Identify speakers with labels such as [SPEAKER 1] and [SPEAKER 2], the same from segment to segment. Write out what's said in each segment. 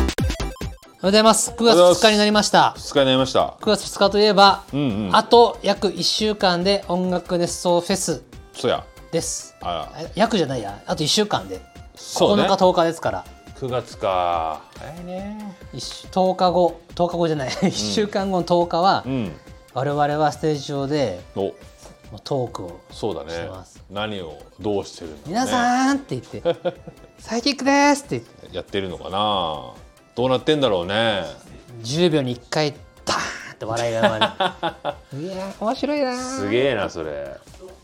[SPEAKER 1] おはようございます。9月2日になりました。
[SPEAKER 2] 二日になりました
[SPEAKER 1] 9月2日といえば、
[SPEAKER 2] うんうん
[SPEAKER 1] あと約1週間で音楽熱奏フェス
[SPEAKER 2] そや
[SPEAKER 1] です。
[SPEAKER 2] あら
[SPEAKER 1] え約じゃないや。あと1週間で。
[SPEAKER 2] そうね
[SPEAKER 1] 9日10日ですから。
[SPEAKER 2] 9月か早いね
[SPEAKER 1] 一週10日後、10日後じゃない。1週間後の10日は、
[SPEAKER 2] うん
[SPEAKER 1] 我々はステージ上で
[SPEAKER 2] お
[SPEAKER 1] もうトークを。
[SPEAKER 2] そうだ
[SPEAKER 1] して
[SPEAKER 2] ね
[SPEAKER 1] ます
[SPEAKER 2] 何をどうしてるんだろうね
[SPEAKER 1] 皆さんって言って、 サイキックですって言って、
[SPEAKER 2] やってるのかなどうなってんだろうね
[SPEAKER 1] 10秒に1回、ダーンって笑いが生 まれる。いやー、面白いなー。
[SPEAKER 2] すげえなそれ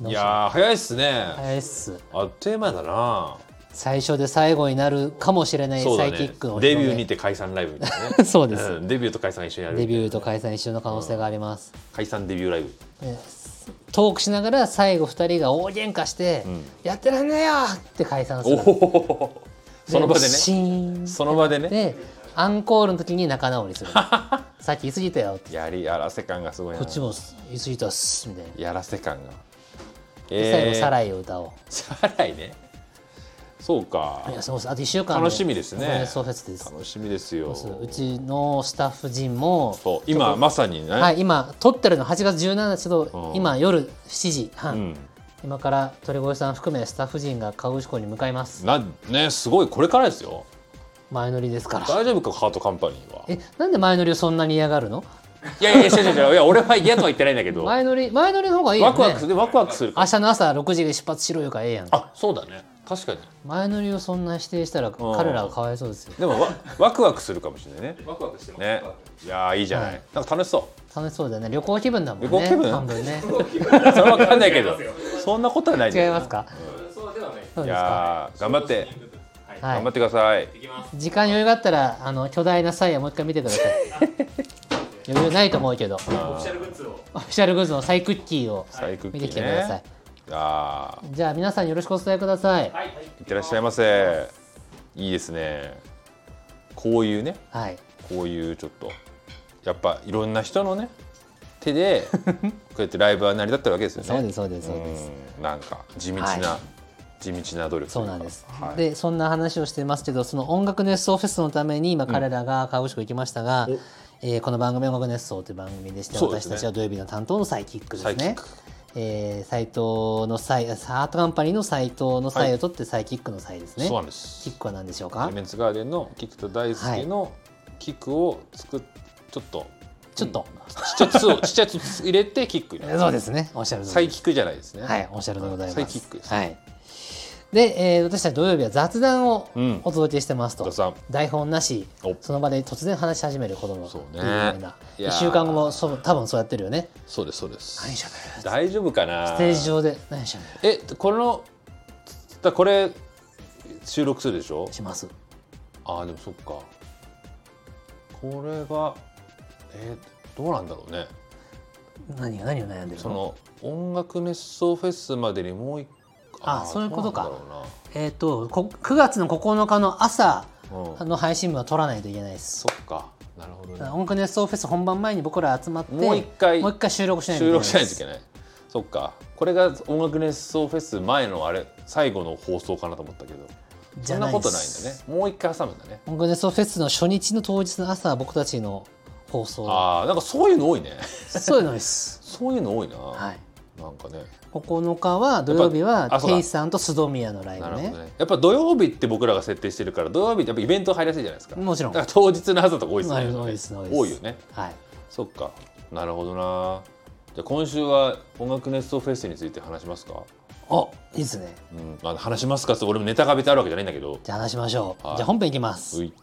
[SPEAKER 2] いやー早いっすね
[SPEAKER 1] 早いっす。
[SPEAKER 2] あっという間だな
[SPEAKER 1] 最初で最後になるかもしれない
[SPEAKER 2] そう
[SPEAKER 1] サ
[SPEAKER 2] だ
[SPEAKER 1] イキ
[SPEAKER 2] ね
[SPEAKER 1] ックの、
[SPEAKER 2] デビューにて解散ライブみたいな ね
[SPEAKER 1] そうです
[SPEAKER 2] んデビューと解散一緒にや
[SPEAKER 1] デ
[SPEAKER 2] る
[SPEAKER 1] ビューと解散一緒の可能性があります、
[SPEAKER 2] 解散デビューライブ
[SPEAKER 1] でトークしながら最後2人が大喧嘩して、やってらんねえよ!」って解散す
[SPEAKER 2] お
[SPEAKER 1] る
[SPEAKER 2] おその場でね
[SPEAKER 1] シーン
[SPEAKER 2] その場でね
[SPEAKER 1] でアンコールの時に仲直り するさっき言い過ぎたよって
[SPEAKER 2] やりやらせ感がすごいな
[SPEAKER 1] こっちも言い過ぎたっすみたいな、
[SPEAKER 2] やらせ感が
[SPEAKER 1] で最後「サライ」を歌おう
[SPEAKER 2] さらいねそうか
[SPEAKER 1] いやそうそうあと1週間
[SPEAKER 2] 楽しみですね
[SPEAKER 1] これソーフェスです
[SPEAKER 2] 楽しみですよ
[SPEAKER 1] そううちのスタッフ陣も
[SPEAKER 2] そう今まさにね、
[SPEAKER 1] はい、今撮ってるの8月17日の
[SPEAKER 2] うん
[SPEAKER 1] 今夜7時
[SPEAKER 2] う
[SPEAKER 1] 半、
[SPEAKER 2] ん、
[SPEAKER 1] 今から鳥越さん含めスタッフ陣が河口湖に向かいます
[SPEAKER 2] なねすごいこれからですよ
[SPEAKER 1] 前乗りですから
[SPEAKER 2] 大丈夫かハートカンパニーは
[SPEAKER 1] えなんで前乗りをそんなに嫌がるの
[SPEAKER 2] いやいや違う違う違ういや俺は嫌とは言ってないんだけどワ
[SPEAKER 1] 前乗り前乗りの方がいいよ、ね、
[SPEAKER 2] クワクするワクワクするか
[SPEAKER 1] 明
[SPEAKER 2] ら
[SPEAKER 1] 日の朝6時に出発しろよがええやん
[SPEAKER 2] あそうだね確かに
[SPEAKER 1] 前乗りをそんな否定したら彼らはかわいそうですよ
[SPEAKER 2] でもわワクワクするかもしれないね
[SPEAKER 3] ワクワクしてます。
[SPEAKER 2] ねいやーいいじゃない、
[SPEAKER 1] はい
[SPEAKER 2] なんか楽しそ
[SPEAKER 1] 楽しそうだよね旅行気分だもんね
[SPEAKER 2] 旅行気分
[SPEAKER 1] 半分ね
[SPEAKER 2] う それは分かんないけどそんなことはないんだ
[SPEAKER 1] 違い
[SPEAKER 2] よ
[SPEAKER 1] ますか
[SPEAKER 3] そうではない。
[SPEAKER 1] そう
[SPEAKER 2] い
[SPEAKER 1] ですか
[SPEAKER 2] やー頑張って、
[SPEAKER 3] はい。
[SPEAKER 1] は
[SPEAKER 2] 頑張っ
[SPEAKER 1] い、
[SPEAKER 2] てください
[SPEAKER 3] いきます。
[SPEAKER 1] 時間余裕があったらあの巨大なサイヤもう一回見てくださ い余裕ないと思うけど
[SPEAKER 3] オフィシャルグッズを。
[SPEAKER 1] オフィシャルグッズのサイクッキーを
[SPEAKER 2] サイクッキ
[SPEAKER 1] 見
[SPEAKER 2] ー
[SPEAKER 1] て
[SPEAKER 2] ね
[SPEAKER 1] きてください。
[SPEAKER 2] あ
[SPEAKER 1] じゃあ皆さんよろしくお伝えください。
[SPEAKER 3] はい。
[SPEAKER 2] ーいってらっしゃいませいいですねこういうね
[SPEAKER 1] はい。
[SPEAKER 2] こういうちょっとやっぱいろんな人のね 手でこうやってライブは成り立ってるわけですよね
[SPEAKER 1] そうですそうですそうです。
[SPEAKER 2] うんなんか地道な、
[SPEAKER 1] は
[SPEAKER 2] 地道な努力
[SPEAKER 1] そ
[SPEAKER 2] というか
[SPEAKER 1] なんです。
[SPEAKER 2] はい、
[SPEAKER 1] でそんな話をしてますけど、その音楽熱奏フェスのために今彼らが河口湖行きましたが、えーこの番組音楽熱奏という番組でして、
[SPEAKER 2] そうで
[SPEAKER 1] 私
[SPEAKER 2] すね
[SPEAKER 1] たちは土曜日の担当のサイキックです
[SPEAKER 2] サイキッ
[SPEAKER 1] ね
[SPEAKER 2] ク。
[SPEAKER 1] えー、サイトのサイ、サートカンパニーのサイトのサイを取ってサイキックのサイですね。
[SPEAKER 2] そうなんです
[SPEAKER 1] キックは何でしょうか
[SPEAKER 2] メ？ンツガーデンのキクと大輔のキックを作っちょっと
[SPEAKER 1] ちょっと、
[SPEAKER 2] ちっちゃい筒を ちっちゃい筒入れてキックになる
[SPEAKER 1] そうですね。おっしゃる通りです。
[SPEAKER 2] サイキックじゃないですね
[SPEAKER 1] はい、おっしゃるでございます。
[SPEAKER 2] サイキックです
[SPEAKER 1] はい。で、えー私たち土曜日は雑談を
[SPEAKER 2] うん
[SPEAKER 1] お届けしてますと。
[SPEAKER 2] 雑談
[SPEAKER 1] 台本なし
[SPEAKER 2] お、
[SPEAKER 1] その場で突然話し始める子供
[SPEAKER 2] そうね
[SPEAKER 1] っていうような。
[SPEAKER 2] いやー
[SPEAKER 1] 一週間後も、そう、多分そうやってるよね。
[SPEAKER 2] そうですそうです
[SPEAKER 1] 何しゃべる。
[SPEAKER 2] 大丈夫か
[SPEAKER 1] ス
[SPEAKER 2] な
[SPEAKER 1] テージ上で、何しゃべる。
[SPEAKER 2] えこのだこれ収録するでしょ
[SPEAKER 1] します。
[SPEAKER 2] あーでもそっかこれがえーどうなんだろうね
[SPEAKER 1] 何が、何を悩んでる
[SPEAKER 2] そ
[SPEAKER 1] の。
[SPEAKER 2] の音楽熱奏フェスまでにもう一
[SPEAKER 1] あそういうことか
[SPEAKER 2] どなんだろ
[SPEAKER 1] えっ、と、こ、九月の9日の朝。
[SPEAKER 2] うな、うん、
[SPEAKER 1] の配信分は取らないといけないです。
[SPEAKER 2] そっかなるほどね
[SPEAKER 1] 音楽熱奏フェス本番前に僕ら集まって。
[SPEAKER 2] もう一回
[SPEAKER 1] もう一回収録しないといけない
[SPEAKER 2] 収録
[SPEAKER 1] です。
[SPEAKER 2] しないといけないそっかこれが音楽熱奏フェス前のあれ最後の放送かなと思ったけど
[SPEAKER 1] じ
[SPEAKER 2] そ
[SPEAKER 1] ゃ
[SPEAKER 2] ん
[SPEAKER 1] な
[SPEAKER 2] ないこ
[SPEAKER 1] です
[SPEAKER 2] とないんだねもう一回挟むんだね
[SPEAKER 1] 音楽熱奏フェスの初日の当日の朝は僕たちの放送
[SPEAKER 2] あーなんかそういうの多いね
[SPEAKER 1] そういうのです、
[SPEAKER 2] そういうの多いな、
[SPEAKER 1] はい、
[SPEAKER 2] なんかね
[SPEAKER 1] 9日は土曜日は
[SPEAKER 2] やっぱあそうだ
[SPEAKER 1] ケイさんと須ミヤのライブ
[SPEAKER 2] なるほ
[SPEAKER 1] ね
[SPEAKER 2] どねやっぱ土曜日って僕らが設定してるから土曜日ってやっぱイベント入りやすいじゃないですか
[SPEAKER 1] もちろん
[SPEAKER 2] だから当日の朝とか多いですね
[SPEAKER 1] はい多いです多いです
[SPEAKER 2] 多いよね
[SPEAKER 1] はい、
[SPEAKER 2] そっかなるほどなじゃあ今週は音楽熱奏フェスについて話しますか、
[SPEAKER 1] おいいですね
[SPEAKER 2] うん、あの話しますかって俺もネタが別にあるわけじゃないんだけど
[SPEAKER 1] じゃあ話しましょう、
[SPEAKER 2] はい
[SPEAKER 1] じゃあ本編いきます
[SPEAKER 2] うい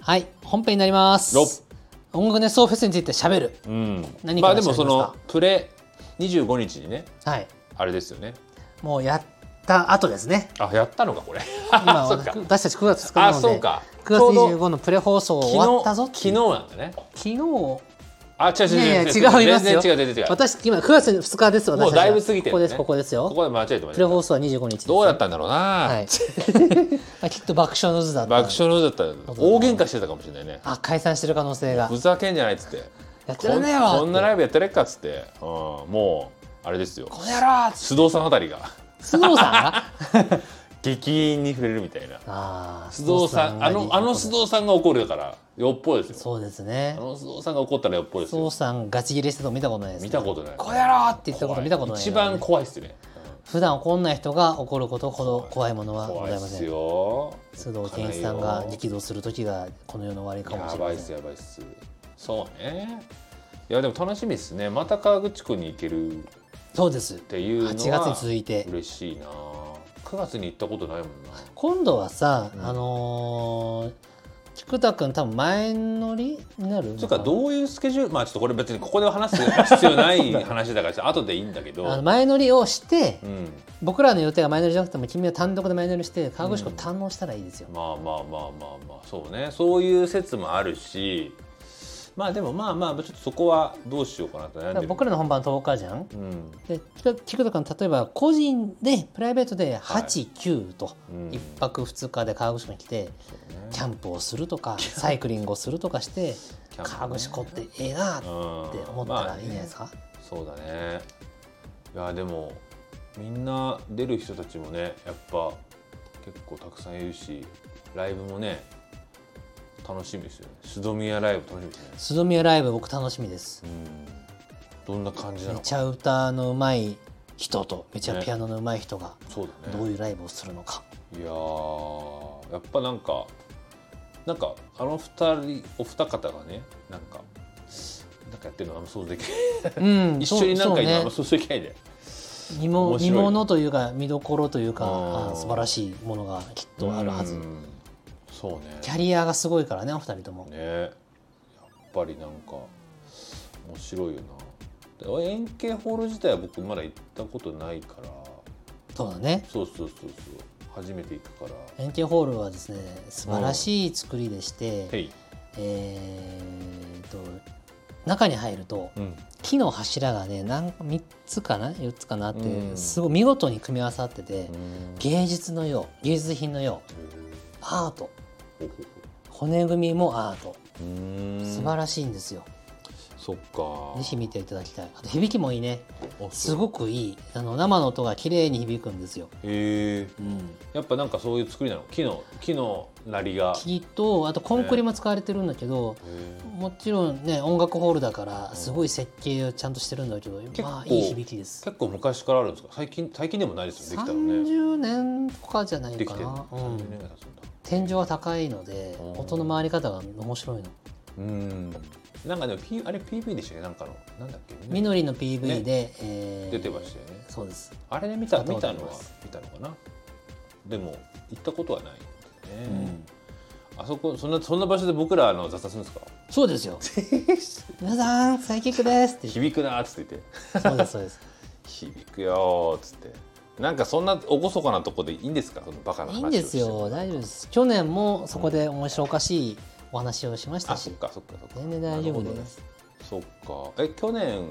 [SPEAKER 1] はい本編になります
[SPEAKER 2] よっ
[SPEAKER 1] 音楽熱奏フェスについて喋る
[SPEAKER 2] うん
[SPEAKER 1] 何
[SPEAKER 2] ま
[SPEAKER 1] か
[SPEAKER 2] あ
[SPEAKER 1] ら
[SPEAKER 2] で
[SPEAKER 1] しま
[SPEAKER 2] も
[SPEAKER 1] すか
[SPEAKER 2] そのプレ25日にね
[SPEAKER 1] はい
[SPEAKER 2] あれですよね
[SPEAKER 1] もうやった後です ね
[SPEAKER 2] あやったのかこれ
[SPEAKER 1] 今
[SPEAKER 2] そっか
[SPEAKER 1] 私たち9月2日な
[SPEAKER 2] あ
[SPEAKER 1] の
[SPEAKER 2] そ
[SPEAKER 1] で
[SPEAKER 2] うか
[SPEAKER 1] 9月25のプレ放送
[SPEAKER 2] 昨
[SPEAKER 1] 終
[SPEAKER 2] 日
[SPEAKER 1] わったぞ
[SPEAKER 2] 昨日なんだね
[SPEAKER 1] 昨日
[SPEAKER 2] あ違う違う違う
[SPEAKER 1] いやいや違いますよ
[SPEAKER 2] 全然違う全然違う
[SPEAKER 1] 私今9月2日ですよ
[SPEAKER 2] もうだいぶ過ぎてる、ね、
[SPEAKER 1] ここですここですよ
[SPEAKER 2] ここで間違えてま
[SPEAKER 1] プレ
[SPEAKER 2] した
[SPEAKER 1] 放送は25日です
[SPEAKER 2] どうだったんだろうな、
[SPEAKER 1] はいまあきっと爆笑の図だった
[SPEAKER 2] 爆笑のだったら大喧嘩してたかもしれないね
[SPEAKER 1] あ解散してる可能性が
[SPEAKER 2] ふざけんじゃないっつって
[SPEAKER 1] やって
[SPEAKER 2] こ
[SPEAKER 1] らん
[SPEAKER 2] ん
[SPEAKER 1] ねえよ
[SPEAKER 2] こんなライブやってられっかっつって、うん、もうあれですよ
[SPEAKER 1] この野郎
[SPEAKER 2] 須藤さんあたりが
[SPEAKER 1] 須藤さんが
[SPEAKER 2] 「激因に触れるみたいな
[SPEAKER 1] ああ
[SPEAKER 2] 須藤さ んあのあの須藤さんが怒るだからよっぽどですよ
[SPEAKER 1] そうですね
[SPEAKER 2] あの須藤さんが怒ったらよっぽどです
[SPEAKER 1] 須
[SPEAKER 2] よ
[SPEAKER 1] 藤さんガチ切れしてるの見たことないですね
[SPEAKER 2] 見たことない
[SPEAKER 1] こうやろうって言ったこと見たことない、
[SPEAKER 2] 一番怖いですよね
[SPEAKER 1] 普段怒んない人が怒ることほど怖いものはご
[SPEAKER 2] 怖い
[SPEAKER 1] ざい
[SPEAKER 2] で
[SPEAKER 1] ますせん
[SPEAKER 2] よ
[SPEAKER 1] 須藤健一さんが激怒する時がこの世の終わりかもし
[SPEAKER 2] や
[SPEAKER 1] れま
[SPEAKER 2] ば
[SPEAKER 1] せ
[SPEAKER 2] い
[SPEAKER 1] ん
[SPEAKER 2] っすやばいっすそうねいやでも楽しみですねまた川口湖に行けるっ
[SPEAKER 1] そうです
[SPEAKER 2] ていうのは
[SPEAKER 1] 8月に続いて
[SPEAKER 2] 嬉しいな9月に行ったことないもんな
[SPEAKER 1] 今度はさ、
[SPEAKER 2] うん
[SPEAKER 1] あのー菊田君多分前乗りになる
[SPEAKER 2] つうかどういうスケジュールまあちょっとこれ別にここで話す必要ない話だから後でいいんだけど
[SPEAKER 1] あの前乗りをして、
[SPEAKER 2] うん
[SPEAKER 1] 僕らの予定が前乗りじゃなくても君は単独で前乗りして川口湖を堪能したらいいですよ、
[SPEAKER 2] まあまあまあまあまあそうねそういう説もあるしまあでもまあまあちょっとそこはどうしようかなと悩
[SPEAKER 1] だか
[SPEAKER 2] んで
[SPEAKER 1] ら
[SPEAKER 2] る
[SPEAKER 1] 僕らの本番10日じゃん
[SPEAKER 2] うん
[SPEAKER 1] で菊菊田君例えば個人でプライベートで
[SPEAKER 2] はい
[SPEAKER 1] 89、9と
[SPEAKER 2] うん
[SPEAKER 1] 1泊2日で川口湖に来て
[SPEAKER 2] そうね
[SPEAKER 1] キャンプをするとかサイクリングをするとかして
[SPEAKER 2] キャンプね
[SPEAKER 1] 川口湖ってええなっ
[SPEAKER 2] う
[SPEAKER 1] て
[SPEAKER 2] ん
[SPEAKER 1] 思ったらいいんじゃないです
[SPEAKER 2] か
[SPEAKER 1] か、
[SPEAKER 2] そうだねいやでもみんな出る人たちもねやっぱ結構たくさんいるしライブもね楽しみですよね須戸宮ライブ楽しみですね
[SPEAKER 1] 須宮ライブ僕楽しみです
[SPEAKER 2] どんな感じな
[SPEAKER 1] め
[SPEAKER 2] のか
[SPEAKER 1] ちゃ歌のうまい人とめちゃピアノのうまい人が
[SPEAKER 2] そうだね
[SPEAKER 1] どういうライブをするのか、
[SPEAKER 2] いやーやっぱなんかなんかあの二人お二方がねなんかなんかやってるのあんま想像できない
[SPEAKER 1] うん
[SPEAKER 2] 一緒になんか今あんま
[SPEAKER 1] そう
[SPEAKER 2] 想像できないで
[SPEAKER 1] そうね見も
[SPEAKER 2] 面白い
[SPEAKER 1] 見ものというか見どころというか
[SPEAKER 2] うん
[SPEAKER 1] あ素晴らしいものがきっとあるはず、
[SPEAKER 2] うんそうね
[SPEAKER 1] キャリアがすごいからねお二人とも、
[SPEAKER 2] ねやっぱりなんか面白いよなで円形ホール自体は僕まだ行ったことないから
[SPEAKER 1] そうだね
[SPEAKER 2] そうそうそうそう初めて行くから
[SPEAKER 1] 円形ホールはですね素晴らしい作りでして、
[SPEAKER 2] へい、
[SPEAKER 1] えーっと中に入ると
[SPEAKER 2] うん、
[SPEAKER 1] 木の柱がねなん3つかな4つかなって、
[SPEAKER 2] うん
[SPEAKER 1] すごい見事に組み合わさってて、芸術のよう芸術品のようアート
[SPEAKER 2] ほほほ
[SPEAKER 1] 骨組みもアート
[SPEAKER 2] うーん
[SPEAKER 1] 素晴らしいんですよ、
[SPEAKER 2] そっか
[SPEAKER 1] ぜひ見ていただきたいあと響きもいいね
[SPEAKER 2] あ
[SPEAKER 1] す
[SPEAKER 2] い
[SPEAKER 1] ごくいいあの生の音が綺麗に響くんですよ、
[SPEAKER 2] へえ
[SPEAKER 1] うん、
[SPEAKER 2] やっぱなんかそういう作りなの木の木のなりが
[SPEAKER 1] 木とあとコンクリも使われてるんだけど、
[SPEAKER 2] へー
[SPEAKER 1] もちろんね音楽ホールだからすごい設計をちゃんとしてるんだけど、まあ
[SPEAKER 2] 結構
[SPEAKER 1] いい響きです
[SPEAKER 2] 結構昔からあるんですか最近最近でもないですよねできたのね
[SPEAKER 1] 30年とかじゃない
[SPEAKER 2] でき
[SPEAKER 1] か
[SPEAKER 2] てる
[SPEAKER 1] な
[SPEAKER 2] の、
[SPEAKER 1] う
[SPEAKER 2] 30年
[SPEAKER 1] ん、
[SPEAKER 2] が経つんだ
[SPEAKER 1] 天井は高いので
[SPEAKER 2] うん
[SPEAKER 1] 音の回り方が面白いの
[SPEAKER 2] うん。なんかでも、P、あれ PV でしたっけなんかのなんだっけ
[SPEAKER 1] みのりの PV で、えー
[SPEAKER 2] 出てましたよね。
[SPEAKER 1] そうです
[SPEAKER 2] あれで見た
[SPEAKER 1] 使った
[SPEAKER 2] 見
[SPEAKER 1] ことあ
[SPEAKER 2] た
[SPEAKER 1] り
[SPEAKER 2] の
[SPEAKER 1] ま
[SPEAKER 2] は
[SPEAKER 1] す
[SPEAKER 2] 見たのかな。でも行ったことはないんだよね。
[SPEAKER 1] うん
[SPEAKER 2] あそこそんなそんな場所で僕らあの雑談するんですか。
[SPEAKER 1] そうです よ皆さんサイキックですって
[SPEAKER 2] 響くなーっつって言って
[SPEAKER 1] そうですそうです
[SPEAKER 2] 響くよーっつって。なんかそんな厳かなとこでいいんですかそのバカな話
[SPEAKER 1] い
[SPEAKER 2] をし
[SPEAKER 1] い
[SPEAKER 2] て
[SPEAKER 1] んですよ大丈夫です去年もそこで面白おかしいお話をしました
[SPEAKER 2] あそ
[SPEAKER 1] し
[SPEAKER 2] っかそっかそっか。
[SPEAKER 1] 全然大丈夫
[SPEAKER 2] なるほど
[SPEAKER 1] で
[SPEAKER 2] ね
[SPEAKER 1] す、
[SPEAKER 2] そっか。え去年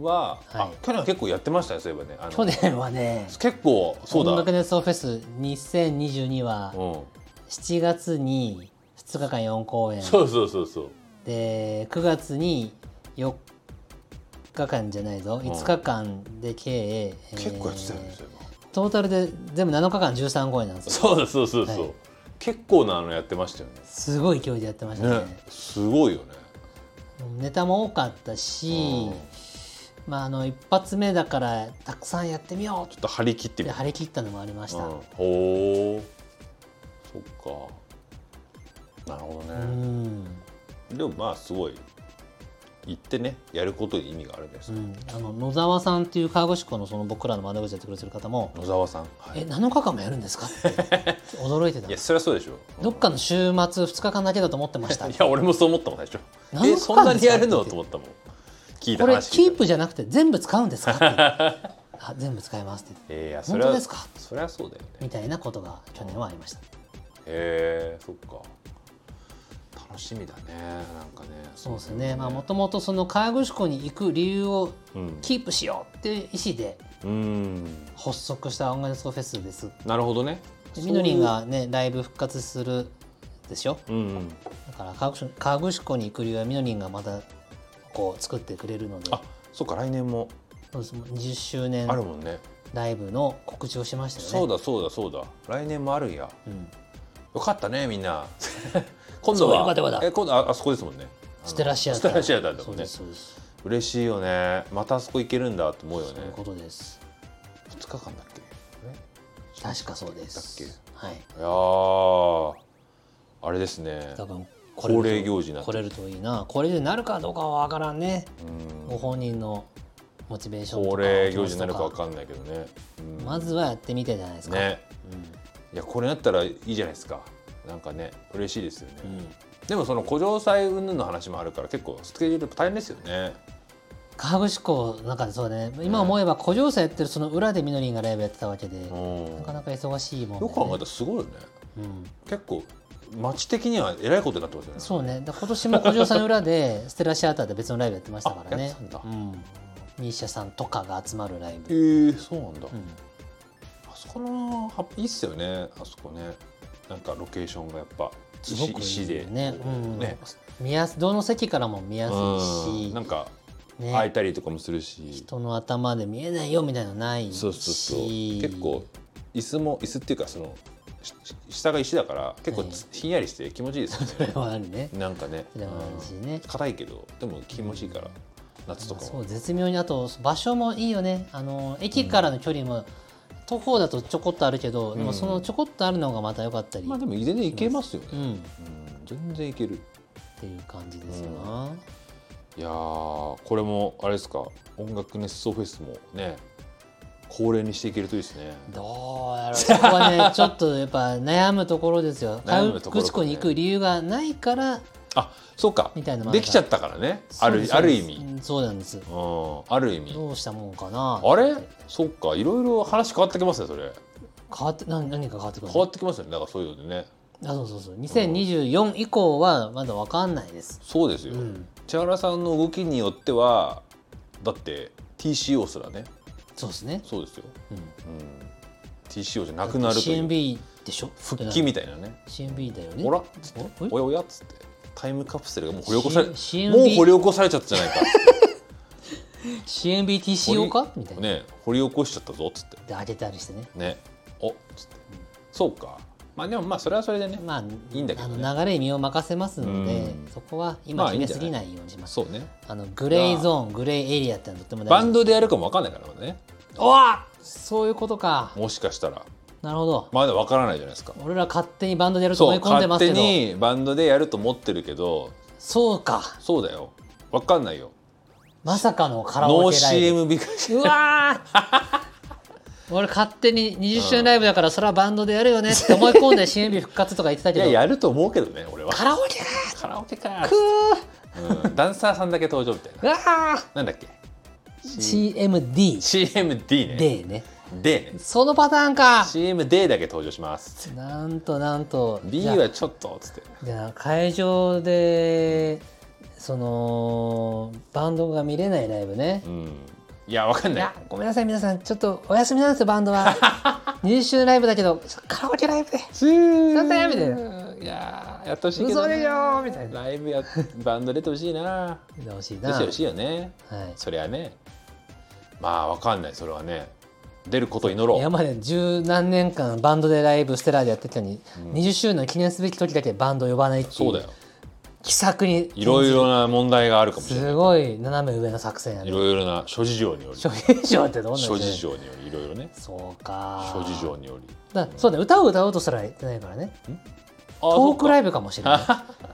[SPEAKER 2] は、あ
[SPEAKER 1] はい
[SPEAKER 2] 去年は結構やってましたねそういえばね。あの
[SPEAKER 1] 去年はね
[SPEAKER 2] 結構そうだ。
[SPEAKER 1] 音楽熱奏フェス2022は
[SPEAKER 2] うん。
[SPEAKER 1] 7月に2日間4公演
[SPEAKER 2] そうそうそうそう。
[SPEAKER 1] で9月に4日間じゃないぞ
[SPEAKER 2] ん
[SPEAKER 1] 5日間で計、えー
[SPEAKER 2] 結構やってたよね、そういえば
[SPEAKER 1] トータルで全部7日間13公演なんですよ
[SPEAKER 2] そうだそうそうそう、
[SPEAKER 1] はい
[SPEAKER 2] 結構なあのやってましたよ
[SPEAKER 1] すごい勢いでやってましたね
[SPEAKER 2] ねねすごいよね
[SPEAKER 1] ネタも多かったし、まあ、あの一発目だからたくさんやってみよう
[SPEAKER 2] ちょっと張り切って
[SPEAKER 1] って
[SPEAKER 2] みま
[SPEAKER 1] 張り切ったのもありまし、
[SPEAKER 2] したた、うん、ほうそっかなるほど
[SPEAKER 1] う
[SPEAKER 2] ね、
[SPEAKER 1] ん
[SPEAKER 2] でもまあすごい行ってねやることに意味があるんです、
[SPEAKER 1] うんあの野沢さんっていう川越湖のその僕らの窓口やってくれてる方も
[SPEAKER 2] 野沢さん、
[SPEAKER 1] 「
[SPEAKER 2] はい、
[SPEAKER 1] え
[SPEAKER 2] い
[SPEAKER 1] 7日間もやるんですか?」 って驚いてた
[SPEAKER 2] やそりゃそうでしょ
[SPEAKER 1] どっかの週末2日間だけだと思ってました
[SPEAKER 2] いや俺もそう思ったもん最初
[SPEAKER 1] 何
[SPEAKER 2] え
[SPEAKER 1] の
[SPEAKER 2] そんなにやる
[SPEAKER 1] な
[SPEAKER 2] の
[SPEAKER 1] んですか
[SPEAKER 2] と思ったもん聞いた
[SPEAKER 1] これ
[SPEAKER 2] 話聞い
[SPEAKER 1] キ
[SPEAKER 2] た
[SPEAKER 1] ープじゃなくて全部使うんですか?」 って言って「あ全部使います」って言って
[SPEAKER 2] えーいやそ
[SPEAKER 1] 本
[SPEAKER 2] れは
[SPEAKER 1] 当ですか
[SPEAKER 2] そりゃそうだよね
[SPEAKER 1] みたいなことが去年はありました
[SPEAKER 2] へえそっか楽しみだねなんかね
[SPEAKER 1] そうですねまあもともとその川口湖に行く理由を
[SPEAKER 2] うん、
[SPEAKER 1] キープしようっていう意思で
[SPEAKER 2] うん、
[SPEAKER 1] 発足した音楽フェスです
[SPEAKER 2] なるほどね
[SPEAKER 1] でみのりんがねライブ復活するでしょ
[SPEAKER 2] そういううんうん
[SPEAKER 1] だから川口川口湖に行く理由はみのりんがまたこう作ってくれるので
[SPEAKER 2] あそっか来年も
[SPEAKER 1] そうですもう20周年
[SPEAKER 2] あるもんね、
[SPEAKER 1] ライブの告知をしましたよね。
[SPEAKER 2] そうだそうだそうだ来年もあるんや
[SPEAKER 1] うん
[SPEAKER 2] よかったねみ んな今度は
[SPEAKER 1] そうよかったよかった
[SPEAKER 2] え今度ああそこですもんねあの
[SPEAKER 1] ステラシアター。
[SPEAKER 2] ステラシアターだ
[SPEAKER 1] そ
[SPEAKER 2] も
[SPEAKER 1] うんで
[SPEAKER 2] ね
[SPEAKER 1] すそうです。
[SPEAKER 2] 嬉しいよねまたあそこ行けるんだと思うよ
[SPEAKER 1] そう
[SPEAKER 2] ね
[SPEAKER 1] いうことです。
[SPEAKER 2] 2日間だっけ
[SPEAKER 1] 確かそうです。
[SPEAKER 2] だっ
[SPEAKER 1] はい。
[SPEAKER 2] いやーあれですね
[SPEAKER 1] 多分
[SPEAKER 2] 恒例行事になって
[SPEAKER 1] 来れるといいな。これでなるかどうかはわからんね。
[SPEAKER 2] うん
[SPEAKER 1] ご本人のモチベーションとか
[SPEAKER 2] 恒例行事になるかわ
[SPEAKER 1] 気持ち
[SPEAKER 2] かんないけどね、うん
[SPEAKER 1] とまずはやってみてじゃないですか。
[SPEAKER 2] ねいやこれだったらいいじゃないですかなんかね嬉しいですよね、
[SPEAKER 1] うん。うん。
[SPEAKER 2] でもその古城祭云々の話もあるから結構スケジュール大変ですよね
[SPEAKER 1] 河口湖の中でそうだね。今思えば古城さんやってるその裏でみのりんがライブやってたわけで、
[SPEAKER 2] うん
[SPEAKER 1] なかなか忙しいもん、ね。
[SPEAKER 2] よく考えたらすごいよね
[SPEAKER 1] うん。
[SPEAKER 2] 結構街的にはえらいことになってますよね
[SPEAKER 1] そうね、だから今年も古城さんの裏で ステラシアターで別のライブやってましたから
[SPEAKER 2] あや
[SPEAKER 1] ね
[SPEAKER 2] ってたんだ
[SPEAKER 1] うん、ミーシャさんとかが集まるライ
[SPEAKER 2] へえ
[SPEAKER 1] ブ、
[SPEAKER 2] そうなんだ、
[SPEAKER 1] うん、
[SPEAKER 2] あそこのはっぱいいっすよねあそこねなんかロケーションがやっぱ
[SPEAKER 1] すごくいい
[SPEAKER 2] 石
[SPEAKER 1] よ
[SPEAKER 2] 石で
[SPEAKER 1] ね,、うん、
[SPEAKER 2] ね
[SPEAKER 1] 見やすどの席からも見やすい
[SPEAKER 2] うん
[SPEAKER 1] し
[SPEAKER 2] なんか開い
[SPEAKER 1] ね、
[SPEAKER 2] たりとかもするし、
[SPEAKER 1] 人の頭で見えないよみたいなのないし
[SPEAKER 2] そうそうそう結構椅子も椅子っていうかそのしし下が石だから結構
[SPEAKER 1] はい
[SPEAKER 2] つひんやりして気持ちいいです
[SPEAKER 1] そ れ
[SPEAKER 2] よね
[SPEAKER 1] はあるね
[SPEAKER 2] なんかね
[SPEAKER 1] それはあるしね
[SPEAKER 2] うん硬いけどでも気持ちいいから夏とか
[SPEAKER 1] そ
[SPEAKER 2] も
[SPEAKER 1] う絶妙にあと場所もいいよねあの駅からの距離も、徒歩だとちょこっとあるけど、でもそのちょこっとあるのがまた良かったり、
[SPEAKER 2] まあでもいずれ行けますよ
[SPEAKER 1] う
[SPEAKER 2] ね、
[SPEAKER 1] ん、っ
[SPEAKER 2] うん、全然行ける
[SPEAKER 1] ていう感じですよな、
[SPEAKER 2] いやーこれもあれですか音楽熱奏フェスもね恒例にしていけるといいですね
[SPEAKER 1] どうやろうそこは ねちょっとやっぱ悩むところですよ。
[SPEAKER 2] 悩むところ
[SPEAKER 1] 河口湖に行く理由がないから
[SPEAKER 2] あそうか
[SPEAKER 1] みたいなのもある
[SPEAKER 2] で
[SPEAKER 1] から
[SPEAKER 2] きちゃったからねあ
[SPEAKER 1] そうで
[SPEAKER 2] る
[SPEAKER 1] す
[SPEAKER 2] ある意味、う、
[SPEAKER 1] うんんそうなんです
[SPEAKER 2] ある意味
[SPEAKER 1] どうしたもんかな
[SPEAKER 2] あれそっかいろいろ話変わってきますねそれ
[SPEAKER 1] 変わって何何か変わってくる
[SPEAKER 2] 変わってきますよねだからそういうのでね
[SPEAKER 1] あそうそうそう2024以降はまだわかんないです。
[SPEAKER 2] そうですよ、
[SPEAKER 1] うん
[SPEAKER 2] 千原さんの動きによってはだって TCO すらね
[SPEAKER 1] そうですね。
[SPEAKER 2] そうですよ、
[SPEAKER 1] うん
[SPEAKER 2] うん、TCO じゃなくなるという
[SPEAKER 1] CMB でしょ
[SPEAKER 2] 復帰みたいなね
[SPEAKER 1] CMB だよね。
[SPEAKER 2] ほらっつって
[SPEAKER 1] お
[SPEAKER 2] お
[SPEAKER 1] え
[SPEAKER 2] やおやっつってタイムカプセルがもう掘り起こされ
[SPEAKER 1] C- CMB
[SPEAKER 2] もう掘り起こされちゃったじゃないか
[SPEAKER 1] CMBTCO かみたいな。
[SPEAKER 2] ね掘り起こしちゃったぞっつって
[SPEAKER 1] で上げたりしてね。
[SPEAKER 2] ねおっつってそうかまあでもまあそれはそれでね
[SPEAKER 1] まあ
[SPEAKER 2] いいんだけどね
[SPEAKER 1] あの流れに身を任せますので
[SPEAKER 2] うん
[SPEAKER 1] そこは
[SPEAKER 2] ま
[SPEAKER 1] 今
[SPEAKER 2] あい
[SPEAKER 1] 決
[SPEAKER 2] いん
[SPEAKER 1] め
[SPEAKER 2] じゃ
[SPEAKER 1] す
[SPEAKER 2] ない
[SPEAKER 1] ぎないようにします。
[SPEAKER 2] そうね
[SPEAKER 1] あのグレーゾーングレーエリアってのはとても大事
[SPEAKER 2] バンドでやるかもわかんないからまだね
[SPEAKER 1] おわそういうことか
[SPEAKER 2] もしかしたら
[SPEAKER 1] なるほど、
[SPEAKER 2] まだわからないじゃないですか
[SPEAKER 1] 俺ら勝手にバンドでやると
[SPEAKER 2] そ
[SPEAKER 1] 思いう込んで
[SPEAKER 2] 勝
[SPEAKER 1] ますけ
[SPEAKER 2] 手
[SPEAKER 1] ど
[SPEAKER 2] にバンドでやると思ってるけど
[SPEAKER 1] そうか
[SPEAKER 2] そうだよわかんないよ
[SPEAKER 1] まさかのカラ
[SPEAKER 2] ノ
[SPEAKER 1] オ
[SPEAKER 2] ー
[SPEAKER 1] ケライブ
[SPEAKER 2] CMB か
[SPEAKER 1] うわー 俺勝手に20周年ライブだからそれはバンドでやるよねって思い込んで CMB 復活とか言ってた
[SPEAKER 2] い
[SPEAKER 1] け
[SPEAKER 2] や
[SPEAKER 1] ど
[SPEAKER 2] やると思うけどね俺は
[SPEAKER 1] カラオケか
[SPEAKER 2] カラオケか
[SPEAKER 1] く
[SPEAKER 2] うんダンサーさんだけ登場みたいな
[SPEAKER 1] ーうわー
[SPEAKER 2] なんだっけ
[SPEAKER 1] CMD
[SPEAKER 2] CMD ね
[SPEAKER 1] でね
[SPEAKER 2] でね
[SPEAKER 1] そのパターンか
[SPEAKER 2] CMD だけ登場します
[SPEAKER 1] なんとなんと
[SPEAKER 2] B
[SPEAKER 1] じゃあ
[SPEAKER 2] はちょっとつって
[SPEAKER 1] じゃあ会場でそのバンドが見れないライブね、
[SPEAKER 2] うんいやわかん
[SPEAKER 1] い
[SPEAKER 2] ない
[SPEAKER 1] やごめんなさい皆さんちょっとお休みなんですよバンド は入手ライブだけどカラオケライブで
[SPEAKER 2] つー
[SPEAKER 1] なんだよみたい
[SPEAKER 2] いやーやってほしいけど
[SPEAKER 1] 嘘でしょみたい
[SPEAKER 2] なライブやバンド出てほしいな
[SPEAKER 1] 見てほしい
[SPEAKER 2] 出
[SPEAKER 1] な
[SPEAKER 2] てほしいよね
[SPEAKER 1] はい
[SPEAKER 2] そりゃねまあわかんないそれはね出ることを祈ろう
[SPEAKER 1] いやまで十何年間バンドでライブステラでやってたのに、20周年の記念すべき時だけバンド呼ばないっていう
[SPEAKER 2] そうだよ
[SPEAKER 1] 奇策に転じ
[SPEAKER 2] い
[SPEAKER 1] る
[SPEAKER 2] ろいろな問題があるかもしれない
[SPEAKER 1] すごい斜め上の作戦や
[SPEAKER 2] い
[SPEAKER 1] ね
[SPEAKER 2] ろいろな諸事情により
[SPEAKER 1] 諸事情ってどんな
[SPEAKER 2] 諸事情によりいろいろね
[SPEAKER 1] そうか
[SPEAKER 2] 諸事情により
[SPEAKER 1] だそうね歌を歌おうとすら言ってないからね
[SPEAKER 2] あ
[SPEAKER 1] トーク
[SPEAKER 2] イ
[SPEAKER 1] ライブかもしれな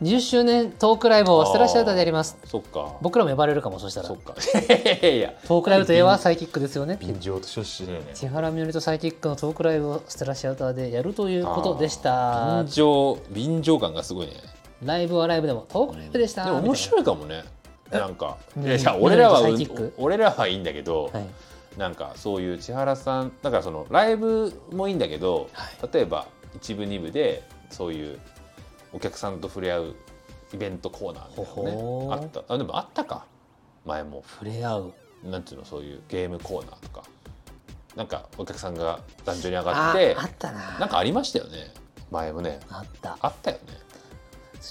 [SPEAKER 1] い20周 年トークライブをステラシアターでやります
[SPEAKER 2] そっか
[SPEAKER 1] 僕らも呼ばれるかもそしたら
[SPEAKER 2] そっかいやいやいや
[SPEAKER 1] トークライブといえばサイキックですよね
[SPEAKER 2] 便乗と処置だよね
[SPEAKER 1] 千原みのりとサイキックのトークライブをステラシアターでやるということでした
[SPEAKER 2] 便乗便乗感がすごいね
[SPEAKER 1] ライブはライブでもトークライブでした
[SPEAKER 2] でも面白いかもねなんかいやいや
[SPEAKER 1] ね
[SPEAKER 2] 俺らは
[SPEAKER 1] サ
[SPEAKER 2] う
[SPEAKER 1] イキッ
[SPEAKER 2] ん
[SPEAKER 1] ク
[SPEAKER 2] 俺らはいいんだけど
[SPEAKER 1] みたいなはい
[SPEAKER 2] なんかそういう千原さんだからそのライブもいいんだけど例えば一部二部でそういうお客さんと触れ合うイベントコーナーみたいな
[SPEAKER 1] ほ
[SPEAKER 2] の
[SPEAKER 1] ほ
[SPEAKER 2] ねあったあでもあったか前も
[SPEAKER 1] 触れ合う
[SPEAKER 2] なんていうのそういうゲームコーナーとかなんかお客さんが壇上に上がっ
[SPEAKER 1] あ
[SPEAKER 2] て
[SPEAKER 1] あったな
[SPEAKER 2] なんかありましたよね前もね
[SPEAKER 1] あった
[SPEAKER 2] あったよね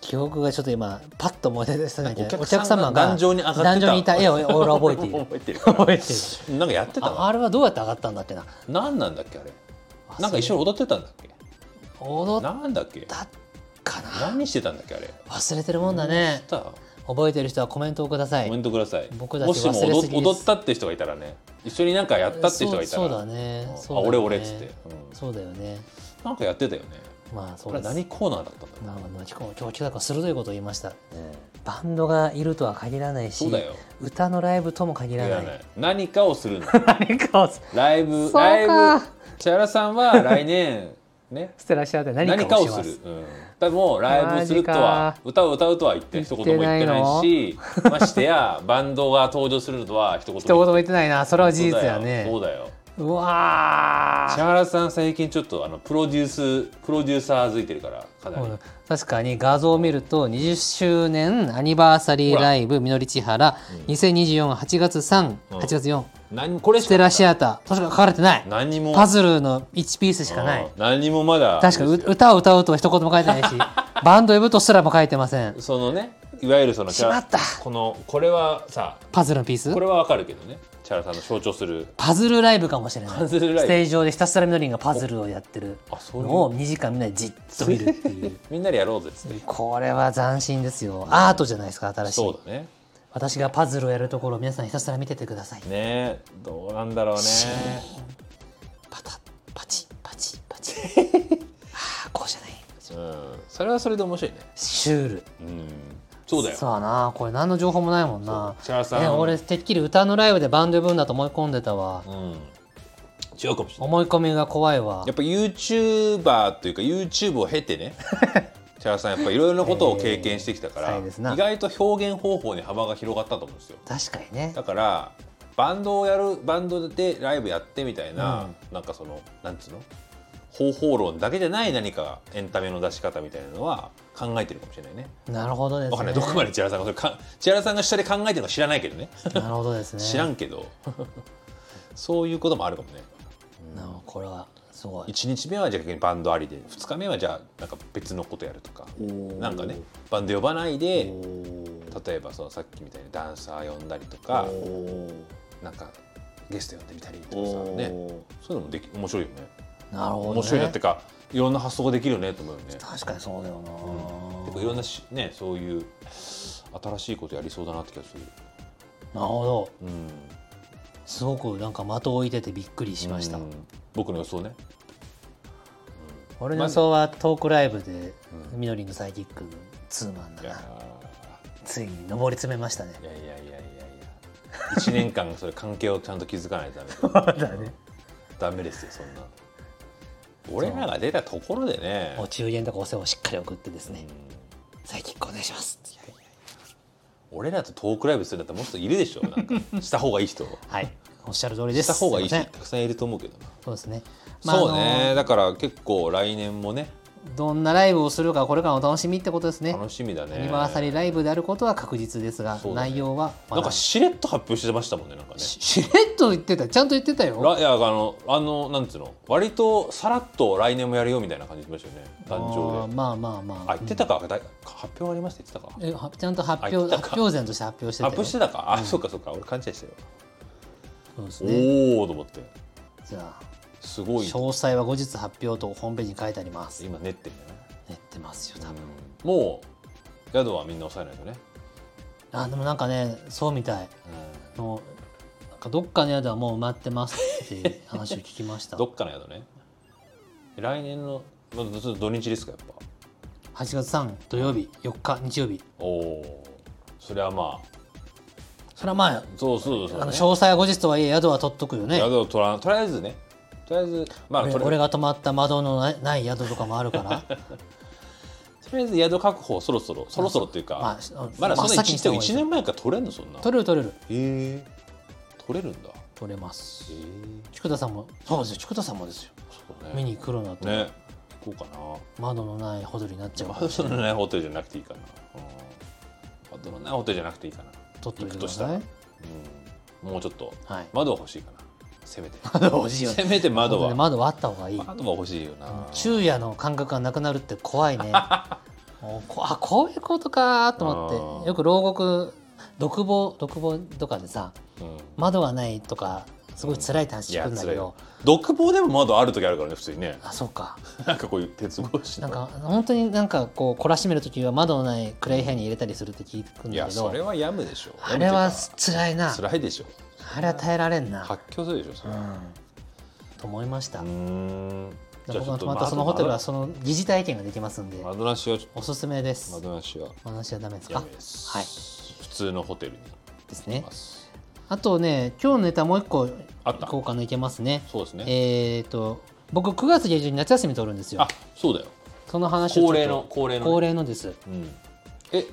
[SPEAKER 1] 記憶がちょっと今パッと思い出したんだけど
[SPEAKER 2] お客様が壇上に上がってた
[SPEAKER 1] 壇上にいた絵を俺は覚えている
[SPEAKER 2] 覚えてる
[SPEAKER 1] 覚えてる
[SPEAKER 2] なんかやってた
[SPEAKER 1] あ
[SPEAKER 2] な
[SPEAKER 1] あれはどうやって上がったんだっけな
[SPEAKER 2] 何なんだっけあれ
[SPEAKER 1] あ
[SPEAKER 2] なんか一緒に踊ってたんだっけ
[SPEAKER 1] 踊っ
[SPEAKER 2] なんだっけ
[SPEAKER 1] たかな
[SPEAKER 2] 何してたんだっけあれ
[SPEAKER 1] 忘れてるもんだね
[SPEAKER 2] どうした
[SPEAKER 1] 覚えてる人はコメントをください
[SPEAKER 2] コメントください
[SPEAKER 1] 僕たち
[SPEAKER 2] もし
[SPEAKER 1] 忘
[SPEAKER 2] も
[SPEAKER 1] れすぎ
[SPEAKER 2] 踊
[SPEAKER 1] です
[SPEAKER 2] 踊ったって人がいたらね一緒になんかやったって人がいたら
[SPEAKER 1] そうそうだね
[SPEAKER 2] うん
[SPEAKER 1] そうだ
[SPEAKER 2] あ
[SPEAKER 1] ね
[SPEAKER 2] 俺俺っつって、うん
[SPEAKER 1] そうだよね
[SPEAKER 2] なんかやってたよね
[SPEAKER 1] まあそ
[SPEAKER 2] こ
[SPEAKER 1] う
[SPEAKER 2] れ
[SPEAKER 1] です
[SPEAKER 2] 何コーナーだったんだろう
[SPEAKER 1] まあ、まあ、今日今日は鋭いことを言いましたバンドがいるとは限らないし
[SPEAKER 2] そうだよ
[SPEAKER 1] 歌のライブとも限ら
[SPEAKER 2] い
[SPEAKER 1] な
[SPEAKER 2] ら
[SPEAKER 1] い
[SPEAKER 2] ない何かをす るの
[SPEAKER 1] 何かを
[SPEAKER 2] ライブ
[SPEAKER 1] そうか
[SPEAKER 2] ライブ千原さんは来年ね
[SPEAKER 1] 捨てらっしゃって 何
[SPEAKER 2] 何
[SPEAKER 1] か
[SPEAKER 2] か
[SPEAKER 1] を
[SPEAKER 2] を
[SPEAKER 1] しますす
[SPEAKER 2] る、うん、でもライブするとは
[SPEAKER 1] マジ
[SPEAKER 2] 歌を歌うとは言って一言も言ってないしましてやバンドが登場するとは一言も
[SPEAKER 1] 一言も言ってないなそれは事実や
[SPEAKER 2] そ
[SPEAKER 1] ね
[SPEAKER 2] うだよ
[SPEAKER 1] うわ
[SPEAKER 2] 千
[SPEAKER 1] ー
[SPEAKER 2] 原さん最近ちょっとあのプロデュースプロデューサー付いてるからかなり、
[SPEAKER 1] うん確かに画像を見ると20周年アニバーサリーライブみのり千原20248月38
[SPEAKER 2] うん
[SPEAKER 1] 月4
[SPEAKER 2] 何これし
[SPEAKER 1] ス
[SPEAKER 2] か
[SPEAKER 1] テ
[SPEAKER 2] な
[SPEAKER 1] ラ
[SPEAKER 2] い
[SPEAKER 1] シアターとしか書かれてない
[SPEAKER 2] 何にも
[SPEAKER 1] パズルの1ピースしかな
[SPEAKER 2] うん
[SPEAKER 1] い
[SPEAKER 2] 何にもまだ
[SPEAKER 1] 確かう
[SPEAKER 2] ですよ
[SPEAKER 1] 歌を歌うとは一言も書いてない しバンド呼ぶとすらも書いてません
[SPEAKER 2] そのねいわゆるその
[SPEAKER 1] しまった
[SPEAKER 2] このこれはさ
[SPEAKER 1] パズルのピース
[SPEAKER 2] これはわかるけどね千原さんの象徴する
[SPEAKER 1] パズルライブかもしれない
[SPEAKER 2] パズルライブ
[SPEAKER 1] ステージ上でひたすらみのりんがパズルをやってる
[SPEAKER 2] あそういう
[SPEAKER 1] のを2時間みんなでじっと見るっていう
[SPEAKER 2] みんなでやろうぜっつって
[SPEAKER 1] これは斬新ですよアートじゃないですか新しい
[SPEAKER 2] そうだね
[SPEAKER 1] 私がパズルをやるところを皆さんひたすら見ててください
[SPEAKER 2] ねどうなんだろうね
[SPEAKER 1] パタッパチパチパ チああこうじゃない
[SPEAKER 2] うんそれはそれで面白いね
[SPEAKER 1] シュール
[SPEAKER 2] うんそうだよ
[SPEAKER 1] そうやなこれ何の情報もないもんな
[SPEAKER 2] 千原さん
[SPEAKER 1] え俺てっきり歌のライブでバンド呼ぶんだと思い込んでたわ
[SPEAKER 2] うん違うかもしれない
[SPEAKER 1] 思い込みが怖いわ
[SPEAKER 2] やっぱ YouTuber というか YouTube を経 てね千原さんやっぱいろいろなことを経験してきたか
[SPEAKER 1] えー
[SPEAKER 2] ら、
[SPEAKER 1] そうですな
[SPEAKER 2] 意外と表現方法に幅が広がったと思うんですよ
[SPEAKER 1] 確かにね
[SPEAKER 2] だからバンドをやるバンドでライブやってみたいな、なんかそのなんつうの方法論だけじゃない何かエンタメの出し方みたいなのは考えてるかもしれないね。
[SPEAKER 1] なるほどですね
[SPEAKER 2] わかんない、どこまで千原さんがそれか千原さんが下で考えてるのか知らないけどね
[SPEAKER 1] なるほどですね
[SPEAKER 2] 知らん けどそういうこともあるかもね。
[SPEAKER 1] なあこれはすごい
[SPEAKER 2] 1日目はじゃあ逆にバンドありで2日目はじゃあなんか別のことやるとかなんかねバンド呼ばないで例えばそのさっきみたいにダンサー呼んだりとかなんかゲスト呼んでみたりとかさねそういうのもでき面白いよね
[SPEAKER 1] なるほど、ね、
[SPEAKER 2] 面白いなってかいろんな発想ができるよねと思うよね結
[SPEAKER 1] 確かにそうだよな、
[SPEAKER 2] 構いろんなしねそういう新しいことやりそうだなって気がする
[SPEAKER 1] なるほど
[SPEAKER 2] うん
[SPEAKER 1] すごくなんか的を置いててびっくりしました、
[SPEAKER 2] うん僕の予想ね
[SPEAKER 1] 俺の予想はトークライブでみのりんのサイキックツーマンだ
[SPEAKER 2] いや
[SPEAKER 1] なついに上り詰めましたね
[SPEAKER 2] ーいやいやいやいやいや1年間それ関係をちゃんと築かないとダメ
[SPEAKER 1] だね
[SPEAKER 2] ダメですよそんな俺らが出たところでね
[SPEAKER 1] お中元とかお世話をしっかり送ってです
[SPEAKER 2] う
[SPEAKER 1] ね
[SPEAKER 2] ん
[SPEAKER 1] サイキックお願いします
[SPEAKER 2] 俺らとトークライブするんだったらもうちょっといるでしょなん かした方がいい人
[SPEAKER 1] はいおっしゃる通りです
[SPEAKER 2] した方がいい
[SPEAKER 1] す
[SPEAKER 2] 人
[SPEAKER 1] ません
[SPEAKER 2] たくさんいると思うけどな、
[SPEAKER 1] そうですね、
[SPEAKER 2] そう
[SPEAKER 1] あ
[SPEAKER 2] ね
[SPEAKER 1] の
[SPEAKER 2] だから結構来年もね
[SPEAKER 1] どんなライブをするかこれからのお楽しみってことですね
[SPEAKER 2] 楽しみだね
[SPEAKER 1] アニバーサリーライブであることは確実ですが、
[SPEAKER 2] そうだね
[SPEAKER 1] 内容はま
[SPEAKER 2] なん
[SPEAKER 1] だ
[SPEAKER 2] かしれっと発表してましたもんねなんかね
[SPEAKER 1] しれっと言ってたちゃんと言ってたよ
[SPEAKER 2] らいやあのあのなんつうの割とさらっと来年もやるよみたいな感じでしたよね誕
[SPEAKER 1] あ
[SPEAKER 2] 生
[SPEAKER 1] ー
[SPEAKER 2] で
[SPEAKER 1] まあまあまあ
[SPEAKER 2] あ言ってたか、だ発表ありました言ってたか
[SPEAKER 1] えはちゃんと発
[SPEAKER 2] あ言っ
[SPEAKER 1] 表
[SPEAKER 2] てたか
[SPEAKER 1] 発表前として発表してた
[SPEAKER 2] 発
[SPEAKER 1] よ
[SPEAKER 2] 表してたかあ、そうかそうか俺勘違いしてるわ
[SPEAKER 1] そうですね
[SPEAKER 2] おおと思って
[SPEAKER 1] じゃあ
[SPEAKER 2] すごい
[SPEAKER 1] 詳細は後日発表とホームページに書いてあります
[SPEAKER 2] 今練ってるんだね
[SPEAKER 1] 練ってますよ多分、
[SPEAKER 2] もう宿はみんな抑えないとね、
[SPEAKER 1] あでもなんかねそうみたいのなんかどっかの宿はもう埋まってますっていう話を聞きまし た
[SPEAKER 2] ど
[SPEAKER 1] 8
[SPEAKER 2] っかの宿ね来年の、まあ、ずっと土日ですかやっぱ
[SPEAKER 1] 月3土曜日4日日曜日
[SPEAKER 2] おおそれはまあ
[SPEAKER 1] それはまあ
[SPEAKER 2] そうそうそう
[SPEAKER 1] あの
[SPEAKER 2] ね、
[SPEAKER 1] 詳細は後日とはいえ宿は取っとくよね
[SPEAKER 2] 宿を取らとりあえずねとりあえずまあ
[SPEAKER 1] 俺
[SPEAKER 2] とり
[SPEAKER 1] 俺が泊まった窓のないない宿とかもあるから
[SPEAKER 2] とりあえず宿確保そろそろそろそろっていうか、
[SPEAKER 1] まあし
[SPEAKER 2] まだそ
[SPEAKER 1] 真っ
[SPEAKER 2] の
[SPEAKER 1] 先にした
[SPEAKER 2] 1
[SPEAKER 1] 方がいい
[SPEAKER 2] 年1年前から取れんのそんなへ
[SPEAKER 1] 取れる取れる
[SPEAKER 2] え取れるんだ
[SPEAKER 1] 取れます
[SPEAKER 2] ええ
[SPEAKER 1] 菊田さんもそうですよ菊田さんもですよ
[SPEAKER 2] そう
[SPEAKER 1] 見
[SPEAKER 2] ね
[SPEAKER 1] に来るなと、
[SPEAKER 2] ね行こうかな
[SPEAKER 1] 窓のないホテルになっちゃうから
[SPEAKER 2] 窓のないホテルじゃなくていいかな。うん窓のないホテルじゃなくていいかな。
[SPEAKER 1] 取っといて
[SPEAKER 2] 行く
[SPEAKER 1] く
[SPEAKER 2] と
[SPEAKER 1] だ
[SPEAKER 2] した
[SPEAKER 1] さ
[SPEAKER 2] ら
[SPEAKER 1] い、
[SPEAKER 2] うん、もうちょっと
[SPEAKER 1] はい
[SPEAKER 2] 窓は欲しいかな。せめて。
[SPEAKER 1] 窓 欲しいよね
[SPEAKER 2] せめて窓
[SPEAKER 1] 本当
[SPEAKER 2] は。
[SPEAKER 1] に窓割った方がいい
[SPEAKER 2] 窓は欲しいよな。
[SPEAKER 1] 昼夜の感覚がなくなるって怖いね本おこあこういうことかと思っ
[SPEAKER 2] あ
[SPEAKER 1] て
[SPEAKER 2] ー
[SPEAKER 1] よく牢獄独房独房とかでさ
[SPEAKER 2] うん
[SPEAKER 1] 窓がないとかすごい辛いって話聞くんだけど、
[SPEAKER 2] 独房でも窓ある時あるからね普通にね
[SPEAKER 1] あそうか
[SPEAKER 2] なんかこういう鉄格子
[SPEAKER 1] なん
[SPEAKER 2] の
[SPEAKER 1] か本当になんかこう懲らしめる時は窓のない暗い部屋に入れたりするって聞くん
[SPEAKER 2] い
[SPEAKER 1] だ
[SPEAKER 2] や
[SPEAKER 1] け
[SPEAKER 2] それ
[SPEAKER 1] ど
[SPEAKER 2] はやむでしょう
[SPEAKER 1] あれは
[SPEAKER 2] やむって
[SPEAKER 1] 辛い
[SPEAKER 2] いう
[SPEAKER 1] な
[SPEAKER 2] か辛いでしょ
[SPEAKER 1] あれは耐えられんな
[SPEAKER 2] 発狂するでしょそれは
[SPEAKER 1] うんと思いました、
[SPEAKER 2] うーんじゃあ
[SPEAKER 1] 僕
[SPEAKER 2] ちょ
[SPEAKER 1] の
[SPEAKER 2] っ
[SPEAKER 1] 泊
[SPEAKER 2] と
[SPEAKER 1] まったそのホテルはその疑似体験ができますんで
[SPEAKER 2] 窓なしはちょっ
[SPEAKER 1] おすすめで
[SPEAKER 2] と
[SPEAKER 1] す
[SPEAKER 2] 窓なしは
[SPEAKER 1] お話はダメです
[SPEAKER 2] や
[SPEAKER 1] か
[SPEAKER 2] めです
[SPEAKER 1] はい
[SPEAKER 2] 普通のホテルに
[SPEAKER 1] です
[SPEAKER 2] い
[SPEAKER 1] ね
[SPEAKER 2] ます
[SPEAKER 1] あとね今日のネタもう一個
[SPEAKER 2] あった
[SPEAKER 1] 交換のいけますね
[SPEAKER 2] そうですね
[SPEAKER 1] えっ、と僕9月下旬に夏休み取るんですよ
[SPEAKER 2] あそうだよ
[SPEAKER 1] その話をちょっと
[SPEAKER 2] 恒例の恒例のね
[SPEAKER 1] 恒例のです
[SPEAKER 2] うんえ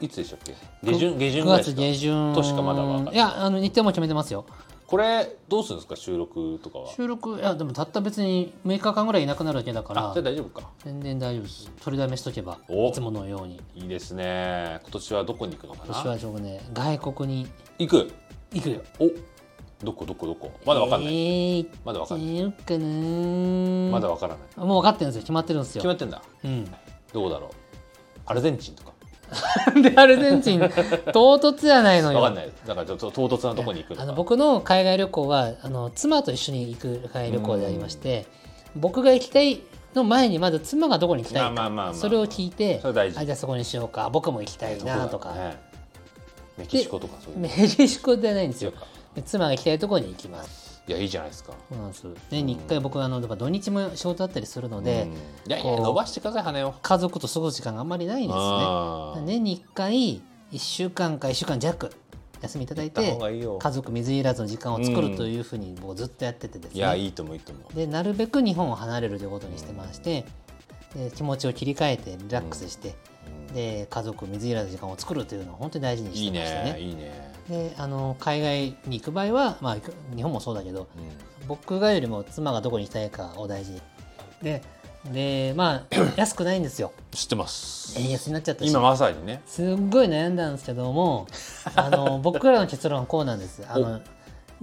[SPEAKER 2] いつでしたっけ下旬下旬
[SPEAKER 1] 9
[SPEAKER 2] ぐらいで
[SPEAKER 1] 月下
[SPEAKER 2] すか
[SPEAKER 1] 旬
[SPEAKER 2] としかまだわかんない
[SPEAKER 1] いやあの日程も決めてますよ
[SPEAKER 2] これどうするんですか収録とかは
[SPEAKER 1] 収録いやでもたった別に6日間ぐらいいなくなるだけだか
[SPEAKER 2] あ
[SPEAKER 1] ら
[SPEAKER 2] じゃあ大丈夫か
[SPEAKER 1] 全然大丈夫です取りだめしとけば
[SPEAKER 2] お
[SPEAKER 1] いつものように
[SPEAKER 2] いいですね今年はどこに行くのか
[SPEAKER 1] 今年は
[SPEAKER 2] な
[SPEAKER 1] ちょうどね外国に
[SPEAKER 2] 行く
[SPEAKER 1] 行くよ
[SPEAKER 2] おどこどこどこまだわかんない、
[SPEAKER 1] い、えー、
[SPEAKER 2] まだわかんない
[SPEAKER 1] 行けるかなー
[SPEAKER 2] まだわからない
[SPEAKER 1] もう分かってるんですよ決まってるんです
[SPEAKER 2] 決
[SPEAKER 1] よ
[SPEAKER 2] まってんだ
[SPEAKER 1] うん
[SPEAKER 2] どうだろうアルゼンチンとか
[SPEAKER 1] でアルゼンチン唐突じゃないのよ
[SPEAKER 2] わかんないだからちょっと唐突なとこに行くのか
[SPEAKER 1] あの僕の海外旅行はあの妻と一緒に行く海外旅行でありまして僕が行きたいの前にまず妻がどこに行きたいか、
[SPEAKER 2] まあまあまあまあ
[SPEAKER 1] それを聞いて
[SPEAKER 2] それ大事
[SPEAKER 1] あじゃあそこにしようか僕も行きたいなと
[SPEAKER 2] ど
[SPEAKER 1] か、
[SPEAKER 2] こだろうねメキシコとかそういう
[SPEAKER 1] メ
[SPEAKER 2] の
[SPEAKER 1] キシコじゃないんですよ
[SPEAKER 2] 違うか
[SPEAKER 1] で妻が行きたいところに行きます
[SPEAKER 2] いやいいじゃないですか
[SPEAKER 1] そうなんです年に1回僕はあのやっぱ土日も仕事だったりするので、
[SPEAKER 2] うんいやい
[SPEAKER 1] こ
[SPEAKER 2] や
[SPEAKER 1] う
[SPEAKER 2] 伸ばしてください羽を
[SPEAKER 1] 家族と過ごす時間があんまりないんですね
[SPEAKER 2] あー
[SPEAKER 1] 年に1回1週間か1週間弱休みいただい
[SPEAKER 2] 行った
[SPEAKER 1] て
[SPEAKER 2] 方がいいよ
[SPEAKER 1] 家族水入らずの時間を作
[SPEAKER 2] う
[SPEAKER 1] る
[SPEAKER 2] ん
[SPEAKER 1] というふうにもうずっとやっててですね、
[SPEAKER 2] いやいいと思ういいと思う
[SPEAKER 1] でなるべく日本を離れるということにしてまして、で気持ちを切り替えてリラックスして、
[SPEAKER 2] うん
[SPEAKER 1] で家族水入らず時間を作るというのを本当に大事に
[SPEAKER 2] い
[SPEAKER 1] し
[SPEAKER 2] い
[SPEAKER 1] てまして
[SPEAKER 2] ね
[SPEAKER 1] ね
[SPEAKER 2] いいね
[SPEAKER 1] であの海外に行く場合は、まあ、行く日本もそうだけど
[SPEAKER 2] うん
[SPEAKER 1] 僕がよりも妻がどこに行きたいかを大事にででまあ 安くないんですよ
[SPEAKER 2] 知ってます
[SPEAKER 1] 円安になっちゃったし
[SPEAKER 2] 今まさにね
[SPEAKER 1] すっごい悩んだんですけどもあの 僕らの結論はこうなんですあの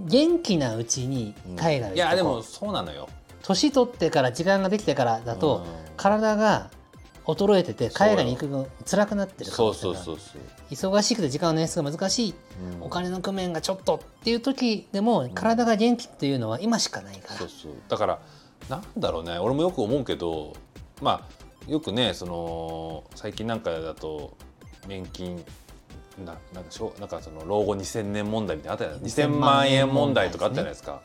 [SPEAKER 1] 元気なうちに海外行
[SPEAKER 2] い
[SPEAKER 1] っ
[SPEAKER 2] や
[SPEAKER 1] と
[SPEAKER 2] で
[SPEAKER 1] こう
[SPEAKER 2] もそうなのよ
[SPEAKER 1] 年取ってから時間ができてからだと、体が衰えてて海外に行くの辛くなってるか
[SPEAKER 2] そ
[SPEAKER 1] も
[SPEAKER 2] う
[SPEAKER 1] しれ
[SPEAKER 2] そう
[SPEAKER 1] ない
[SPEAKER 2] そうそう
[SPEAKER 1] 忙しくて時間の捻出が難しい、
[SPEAKER 2] うん
[SPEAKER 1] お金の工面がちょっとっていう時でも体が元気っていうのは今しかないから、
[SPEAKER 2] そうそうだからなんだろうね俺もよく思うけどまあよくねその最近なんかだと年金ななんかしょなんかその老後2000年問題みたいなのあったじゃない2000万円問題とかあったじゃないですか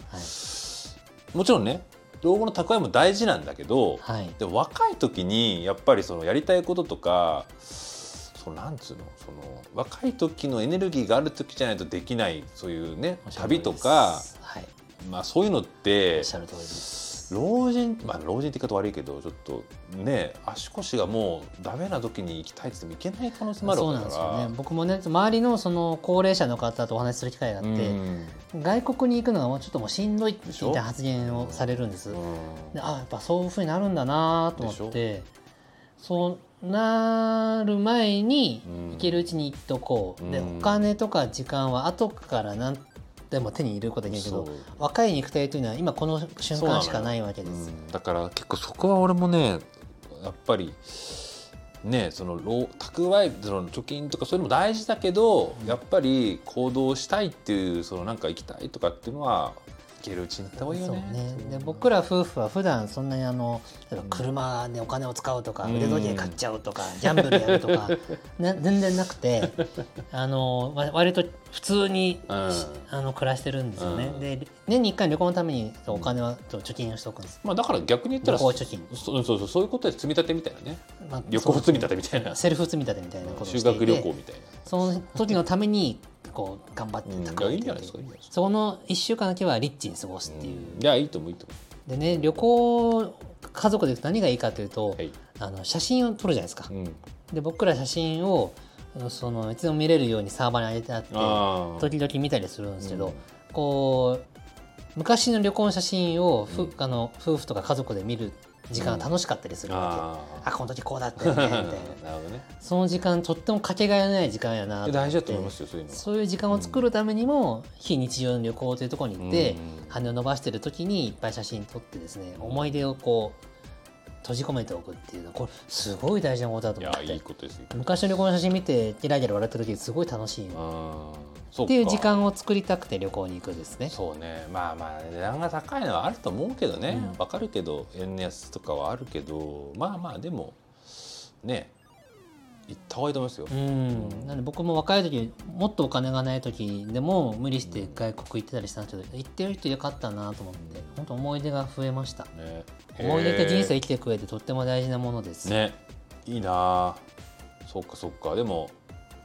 [SPEAKER 1] はい
[SPEAKER 2] もちろんね老後の蓄えも大事なんだけど、
[SPEAKER 1] はい
[SPEAKER 2] でも若い時にやっぱりそのやりたいこととかそのなんつうのその若い時のエネルギーがある時じゃないとできないそういうね
[SPEAKER 1] おっしゃる通り
[SPEAKER 2] 旅
[SPEAKER 1] で
[SPEAKER 2] と
[SPEAKER 1] す
[SPEAKER 2] か、
[SPEAKER 1] はい
[SPEAKER 2] まあ、そういうのって
[SPEAKER 1] おっしゃる通りです
[SPEAKER 2] 老人まあ老人って言い方悪いけどちょっとね足腰がもうダメな時に行きたいって言っても行けない可能性もある
[SPEAKER 1] そ
[SPEAKER 2] わ
[SPEAKER 1] う
[SPEAKER 2] け
[SPEAKER 1] な
[SPEAKER 2] だ
[SPEAKER 1] ん
[SPEAKER 2] か
[SPEAKER 1] です
[SPEAKER 2] ら
[SPEAKER 1] よね僕もね周りのその高齢者の方とお話しする機会があって、外国に行くのがもうちょっともうしんどいって言った発言をされるんです、
[SPEAKER 2] うん
[SPEAKER 1] であやっぱそういうふうになるんだなと思ってそうなる前に
[SPEAKER 2] うん
[SPEAKER 1] 行けるうちに行っとこう、で
[SPEAKER 2] う
[SPEAKER 1] お
[SPEAKER 2] ん
[SPEAKER 1] 金とか時間は後から何でも手に入れることができるけど
[SPEAKER 2] そう
[SPEAKER 1] 若い肉体というのは今この瞬間しかないわけで
[SPEAKER 2] う
[SPEAKER 1] す。
[SPEAKER 2] んだから結構そこは俺もねやっぱりねその老蓄えその貯金とかそういうのも大事だけど、やっぱり行動したいっていうそのなんか行きたいとかっていうのは行けるうちに行った方がいいよね。
[SPEAKER 1] そうねで僕ら夫婦は普段そんなにあの例えば車でお金を使うとか、
[SPEAKER 2] うん
[SPEAKER 1] 腕時計買っちゃうとかギャンブルやると か、な全然なくてあのわ割と普通に、
[SPEAKER 2] うん
[SPEAKER 1] あの暮らしてるんですよね、
[SPEAKER 2] うん
[SPEAKER 1] で年に1回旅行のためにお金はと貯金をしておくんです、
[SPEAKER 2] まあ、だから逆に言ったら
[SPEAKER 1] 旅行貯金
[SPEAKER 2] そうそうそうそういうことで積み立てみたいなね
[SPEAKER 1] まあ
[SPEAKER 2] 旅行積み立てみたいな
[SPEAKER 1] セルフ積み立てみたいなことをしてい
[SPEAKER 2] 修
[SPEAKER 1] て
[SPEAKER 2] 学旅行みたい
[SPEAKER 1] その時のためにこう頑張って
[SPEAKER 2] うん
[SPEAKER 1] 蓄えて
[SPEAKER 2] いやいいんじゃないですかいいんじゃないですか
[SPEAKER 1] その1週間だけはリッチに過ごす
[SPEAKER 2] な、
[SPEAKER 1] っていう、
[SPEAKER 2] うんいやいいと思ういいと思
[SPEAKER 1] でね旅行家族で行くと何がいいかというと、
[SPEAKER 2] うはい、
[SPEAKER 1] あの写真を撮るじゃないですか
[SPEAKER 2] う、ん、
[SPEAKER 1] で僕ら写真をそのいつでも見れるようにサーバーに上げてあって
[SPEAKER 2] あ
[SPEAKER 1] 時々見たりするんですけど、
[SPEAKER 2] うん
[SPEAKER 1] こう昔の旅行の写真を、ふ
[SPEAKER 2] うん
[SPEAKER 1] あの夫婦とか家族で見る時間が楽しかったりするわ
[SPEAKER 2] あ
[SPEAKER 1] け、あ
[SPEAKER 2] あ
[SPEAKER 1] この時こうだったよねみ たいな
[SPEAKER 2] なるほどね
[SPEAKER 1] その時間とってもかけがえのない時間やな思って
[SPEAKER 2] 大事だと思いますよそういうの
[SPEAKER 1] そういう時間を作るためにも、非日常の旅行というところに行って、
[SPEAKER 2] うん
[SPEAKER 1] 羽を伸ばしてる時にいっぱい写真撮ってですね思い出をこう閉じ込めておくっていうのこれすごい大事なことだと
[SPEAKER 2] い
[SPEAKER 1] 思
[SPEAKER 2] や
[SPEAKER 1] っ
[SPEAKER 2] い
[SPEAKER 1] て
[SPEAKER 2] いことですね
[SPEAKER 1] 昔の旅行の写真見てゲラゲラ笑ってる時すごい楽しいよ
[SPEAKER 2] あー
[SPEAKER 1] っていう時間
[SPEAKER 2] を
[SPEAKER 1] を作りたくて旅行に行くですね
[SPEAKER 2] そうねまあまあ値段が高いのはあると思うけどね
[SPEAKER 1] うん
[SPEAKER 2] わ、かるけど円安とかはあるけどまあまあでもね行った方がいいと思いますよ、
[SPEAKER 1] うん、なんで僕も若い時もっとお金がない時でも無理して外国行ってたりしたんですけど行ってる人よかったなと思って本当思い出が増えました
[SPEAKER 2] ね
[SPEAKER 1] 思い出って人生生きていく上でとっても大事なものです、
[SPEAKER 2] ねいいなあそっかそっかでも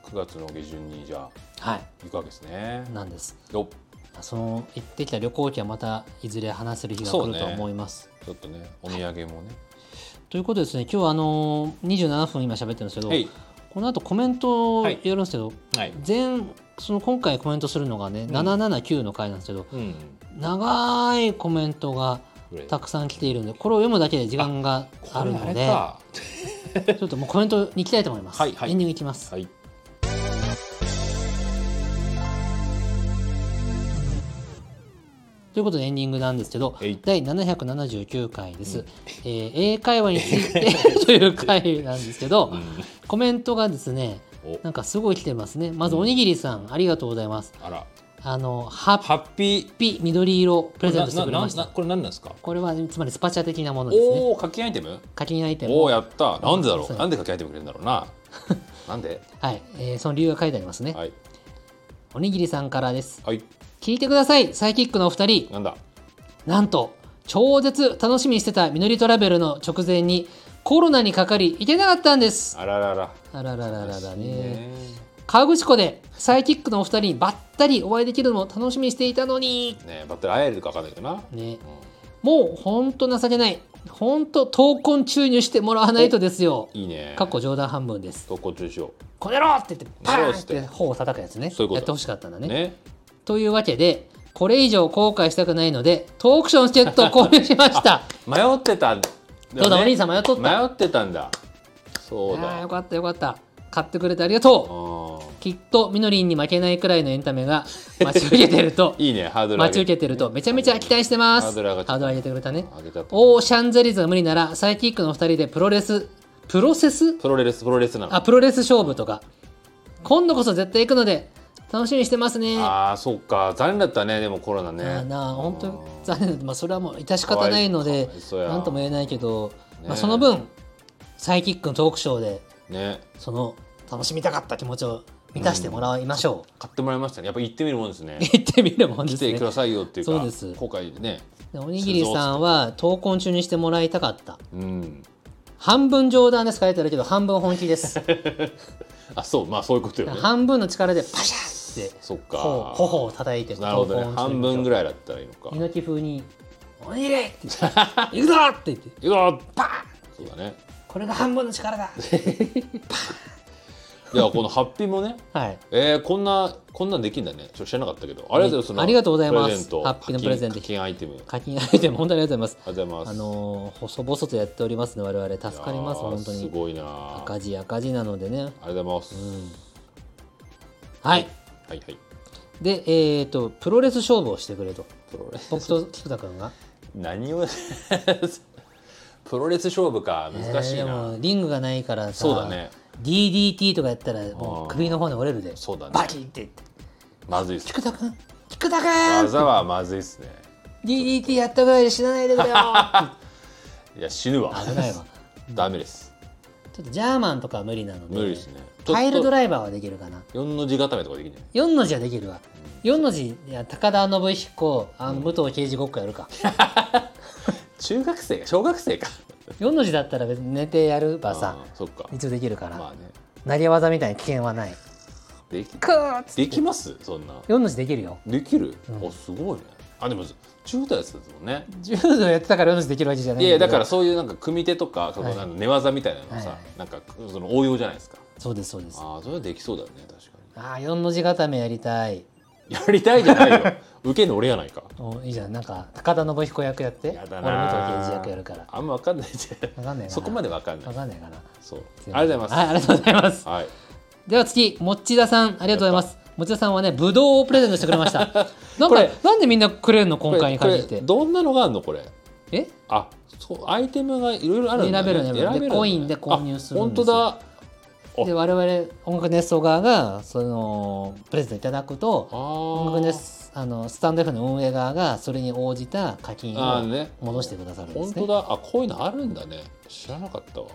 [SPEAKER 2] 9月の下旬にじゃあ
[SPEAKER 1] は
[SPEAKER 2] 行くわけですね
[SPEAKER 1] いなんです
[SPEAKER 2] よっ
[SPEAKER 1] その行ってきた旅行記はまたいずれ話せる日が来
[SPEAKER 2] そう
[SPEAKER 1] る
[SPEAKER 2] ね
[SPEAKER 1] と思います、
[SPEAKER 2] ちょっとねお土産もね
[SPEAKER 1] ということでですね今日はあのー27分今喋ってるんですけど、
[SPEAKER 2] はい
[SPEAKER 1] この後コメントをやるんですけど、
[SPEAKER 2] はい
[SPEAKER 1] 前その今回コメントするのがね、
[SPEAKER 2] ん
[SPEAKER 1] 779の回なんですけど
[SPEAKER 2] うん
[SPEAKER 1] 長いコメントがたくさん来ているんでこれを読むだけで時間があるの
[SPEAKER 2] これ
[SPEAKER 1] で
[SPEAKER 2] れか
[SPEAKER 1] ちょっともうコメントに行きたいと思います、
[SPEAKER 2] はいはい
[SPEAKER 1] エンディングいきます、
[SPEAKER 2] はい
[SPEAKER 1] ということでエンディングなんですけど
[SPEAKER 2] えい
[SPEAKER 1] 第779回です、えー英会話についてという回なんですけど、
[SPEAKER 2] うん
[SPEAKER 1] コメントがですね
[SPEAKER 2] お
[SPEAKER 1] なんかすごい来てますねまずおにぎりさん、ありがとうございます
[SPEAKER 2] あら
[SPEAKER 1] あのハッ
[SPEAKER 2] ハッピー
[SPEAKER 1] ピー緑色プレゼントしてくれ
[SPEAKER 2] なな
[SPEAKER 1] まし
[SPEAKER 2] な
[SPEAKER 1] た
[SPEAKER 2] これ何なんですか
[SPEAKER 1] これはつまりスパチャ的なものですね
[SPEAKER 2] おおー課金アイテム
[SPEAKER 1] 課金アイテム
[SPEAKER 2] おおやったなんでだろ
[SPEAKER 1] そうう
[SPEAKER 2] なんで課金アイテムくれるんだろう ななんで
[SPEAKER 1] はい、えーその理由が書いてありますね、
[SPEAKER 2] はい
[SPEAKER 1] おにぎりさんからです
[SPEAKER 2] はい
[SPEAKER 1] 聞いてくださいサイキックのお二人
[SPEAKER 2] なんだ
[SPEAKER 1] なんと超絶楽しみにしてた実りトラベルの直前にコロナにかかり行けなかったんです
[SPEAKER 2] あららら
[SPEAKER 1] あららららら
[SPEAKER 2] 悲しい
[SPEAKER 1] ね河口湖でサイキックのお二人にばったりお会いできるのを楽しみにしていたのに
[SPEAKER 2] ねバッテリー会えるかわかんないけどな、
[SPEAKER 1] ね
[SPEAKER 2] うん
[SPEAKER 1] もうほんと情けないほんと闘魂注入してもらわないとですよ
[SPEAKER 2] いいね
[SPEAKER 1] かっこ冗談半分です
[SPEAKER 2] 投稿中しよ
[SPEAKER 1] 「こねろ!」って言ってパ
[SPEAKER 2] こね
[SPEAKER 1] ー
[SPEAKER 2] ろっ
[SPEAKER 1] ン
[SPEAKER 2] つ
[SPEAKER 1] っ
[SPEAKER 2] って
[SPEAKER 1] て頬を叩くやつね
[SPEAKER 2] そういうこと
[SPEAKER 1] やってほしかったんだ
[SPEAKER 2] う
[SPEAKER 1] ね
[SPEAKER 2] ね
[SPEAKER 1] というわけでこれ以上後悔したくないのでトークションチケットを購入しました
[SPEAKER 2] 迷ってたんだよね
[SPEAKER 1] どうだお兄さん迷っとった
[SPEAKER 2] 迷ってたんだそうだ
[SPEAKER 1] あー
[SPEAKER 2] あ
[SPEAKER 1] よかったよかった買ってくれてありがとう
[SPEAKER 2] ー
[SPEAKER 1] きっとみのりんに負けないくらいのエンタメが待ち受けてると
[SPEAKER 2] いいねハードル
[SPEAKER 1] 待ち
[SPEAKER 2] 上
[SPEAKER 1] 受
[SPEAKER 2] げ
[SPEAKER 1] けてるとめちゃめちゃ期待してます
[SPEAKER 2] ハードル上がっちゃった
[SPEAKER 1] 上げてくれたね
[SPEAKER 2] 上げちゃった
[SPEAKER 1] オーシャンゼリーズが無理ならサイキックのお二人でプロレスプロセス
[SPEAKER 2] プロレスプロレスなの
[SPEAKER 1] あプロレス勝負とか今度こそ絶対行くので楽しみにしてますね
[SPEAKER 2] ああそうか残念だったねでもコロナね
[SPEAKER 1] まあなあ本
[SPEAKER 2] うん
[SPEAKER 1] 当残念だまあそれはもう致し方ないの
[SPEAKER 2] かわい
[SPEAKER 1] で
[SPEAKER 2] かわいそうや
[SPEAKER 1] 何とも言えないけど、
[SPEAKER 2] ね
[SPEAKER 1] まあ、その分サイキックのトークショーで
[SPEAKER 2] ね
[SPEAKER 1] その楽しみたかった気持ちを満たしてもらいましょ
[SPEAKER 2] 買ってもらいましたねやっぱ行ってみるもんですね
[SPEAKER 1] う、行ってみるもんで
[SPEAKER 2] 来
[SPEAKER 1] す
[SPEAKER 2] て
[SPEAKER 1] ね
[SPEAKER 2] くださいよっていうか
[SPEAKER 1] そうです
[SPEAKER 2] 後悔ね
[SPEAKER 1] でおにぎりさんは闘魂中にしてもらいたかった
[SPEAKER 2] うん
[SPEAKER 1] 半分冗談です書いてあるけど半分本気です
[SPEAKER 2] あそうまあそういうことよね
[SPEAKER 1] 半分の力でパシャって
[SPEAKER 2] そっか
[SPEAKER 1] 頬頬を叩いて
[SPEAKER 2] なるほどね半分ぐ
[SPEAKER 1] らい
[SPEAKER 2] らいだったらいいのか
[SPEAKER 1] 猪木風に「おにぎり!」って 言って「行くぞ!」って言って
[SPEAKER 2] いやパーンそうだね
[SPEAKER 1] 「これが半分の力 だ!
[SPEAKER 2] いやこのハッピーもね」
[SPEAKER 1] はい
[SPEAKER 2] えー、こんなこんなんできんだね。ちょっと知らなかったけど。ありがとうございますその。
[SPEAKER 1] ありがとうございます
[SPEAKER 2] プレゼント
[SPEAKER 1] ハッピーのプレゼント
[SPEAKER 2] 課金課金アイテム。あり
[SPEAKER 1] 課金アイテム本当にありがとうございます
[SPEAKER 2] がとうござ
[SPEAKER 1] あ
[SPEAKER 2] います。
[SPEAKER 1] のー細々とやっておりますので我々助かります
[SPEAKER 2] いやー
[SPEAKER 1] 本当
[SPEAKER 2] す
[SPEAKER 1] に
[SPEAKER 2] ごいなー。あ
[SPEAKER 1] 赤字赤字なのでね
[SPEAKER 2] りがとうございます。
[SPEAKER 1] はい
[SPEAKER 2] はいはい。
[SPEAKER 1] でえっ、とプロレス勝負をしてくれと
[SPEAKER 2] プロレス。
[SPEAKER 1] 僕と菊田君が
[SPEAKER 2] 何を プロレス勝負か難しい
[SPEAKER 1] えーで
[SPEAKER 2] な。
[SPEAKER 1] もリングがないからさ
[SPEAKER 2] そうだね
[SPEAKER 1] DDT とかやったらもう首の方に折れるで
[SPEAKER 2] そうだね
[SPEAKER 1] バキってって
[SPEAKER 2] まずいっす。
[SPEAKER 1] 菊田君菊田君
[SPEAKER 2] 技はまずいっすね。
[SPEAKER 1] DDT やったぐらいで死なないで くれよ
[SPEAKER 2] いや死ぬわ。
[SPEAKER 1] 危ないわ
[SPEAKER 2] ダメです。
[SPEAKER 1] ちょっとジャーマンとかは無理なので
[SPEAKER 2] 無理ですね。
[SPEAKER 1] タイルド
[SPEAKER 2] イ。
[SPEAKER 1] ライバーはできるかな
[SPEAKER 2] 四の字固めとかできんじゃない。
[SPEAKER 1] 4の字はできるわ4の字いや高田信彦あの武藤刑事ごっこやるか
[SPEAKER 2] 中学生か小学生か。
[SPEAKER 1] 4の字だったら別に寝てやるばさ
[SPEAKER 2] あーそっか。
[SPEAKER 1] 一応できるから、
[SPEAKER 2] まあね。
[SPEAKER 1] 投げ技みたいな危険はない
[SPEAKER 2] でき
[SPEAKER 1] クーッつって
[SPEAKER 2] できますそんな。
[SPEAKER 1] 4の字できるよ
[SPEAKER 2] できる、あすごいねあでも中途やつですもんね
[SPEAKER 1] 柔道やってたから4の字できるわけじゃない
[SPEAKER 2] い
[SPEAKER 1] ん
[SPEAKER 2] や
[SPEAKER 1] けど
[SPEAKER 2] だからそういうなんか組手とか、その
[SPEAKER 1] はい
[SPEAKER 2] なんか寝技みたいなのはさ、
[SPEAKER 1] はいはい
[SPEAKER 2] なんかその応用じゃないですか
[SPEAKER 1] そうですそうですあ
[SPEAKER 2] ああそれはできそうだよね確か
[SPEAKER 1] あー4の字固めやりたい
[SPEAKER 2] にやりたいじゃな いよ受けんの俺やないか
[SPEAKER 1] おいいじゃんなんか高田信彦役やって
[SPEAKER 2] やだ
[SPEAKER 1] 俺武藤
[SPEAKER 2] な
[SPEAKER 1] 刑事役やるから
[SPEAKER 2] あんま分かんないじゃ
[SPEAKER 1] わかんないか
[SPEAKER 2] ん
[SPEAKER 1] な
[SPEAKER 2] そこまで分かんな
[SPEAKER 1] わ
[SPEAKER 2] い
[SPEAKER 1] かんないかな
[SPEAKER 2] そうありがとうござい
[SPEAKER 1] は
[SPEAKER 2] ま
[SPEAKER 1] いありがとうございます
[SPEAKER 2] すはい、
[SPEAKER 1] では次持田さんありがとうございます持田さんはねぶ どうをプレゼントしてくれましたなん
[SPEAKER 2] こ
[SPEAKER 1] か
[SPEAKER 2] れ
[SPEAKER 1] なんでみんなくれるの今回に
[SPEAKER 2] これ
[SPEAKER 1] 限って
[SPEAKER 2] どんなのがあるのこれ
[SPEAKER 1] え
[SPEAKER 2] あそうアイテムがいろいろあるんだ、ね、
[SPEAKER 1] 選べる選べる
[SPEAKER 2] 選べるんだね
[SPEAKER 1] でコインで購入する
[SPEAKER 2] あ
[SPEAKER 1] ん
[SPEAKER 2] 本
[SPEAKER 1] で
[SPEAKER 2] 当
[SPEAKER 1] すよ
[SPEAKER 2] だあ
[SPEAKER 1] で我々音楽熱奏側がそのプレゼントいただく
[SPEAKER 2] あ
[SPEAKER 1] と音楽
[SPEAKER 2] ー
[SPEAKER 1] 熱あのスタンド F の運営側がそれに応じた課金
[SPEAKER 2] あー
[SPEAKER 1] を
[SPEAKER 2] ね
[SPEAKER 1] 戻してくださるんで
[SPEAKER 2] 本
[SPEAKER 1] す
[SPEAKER 2] 当
[SPEAKER 1] ね。
[SPEAKER 2] だあこういうのあるんだね知らなかったわ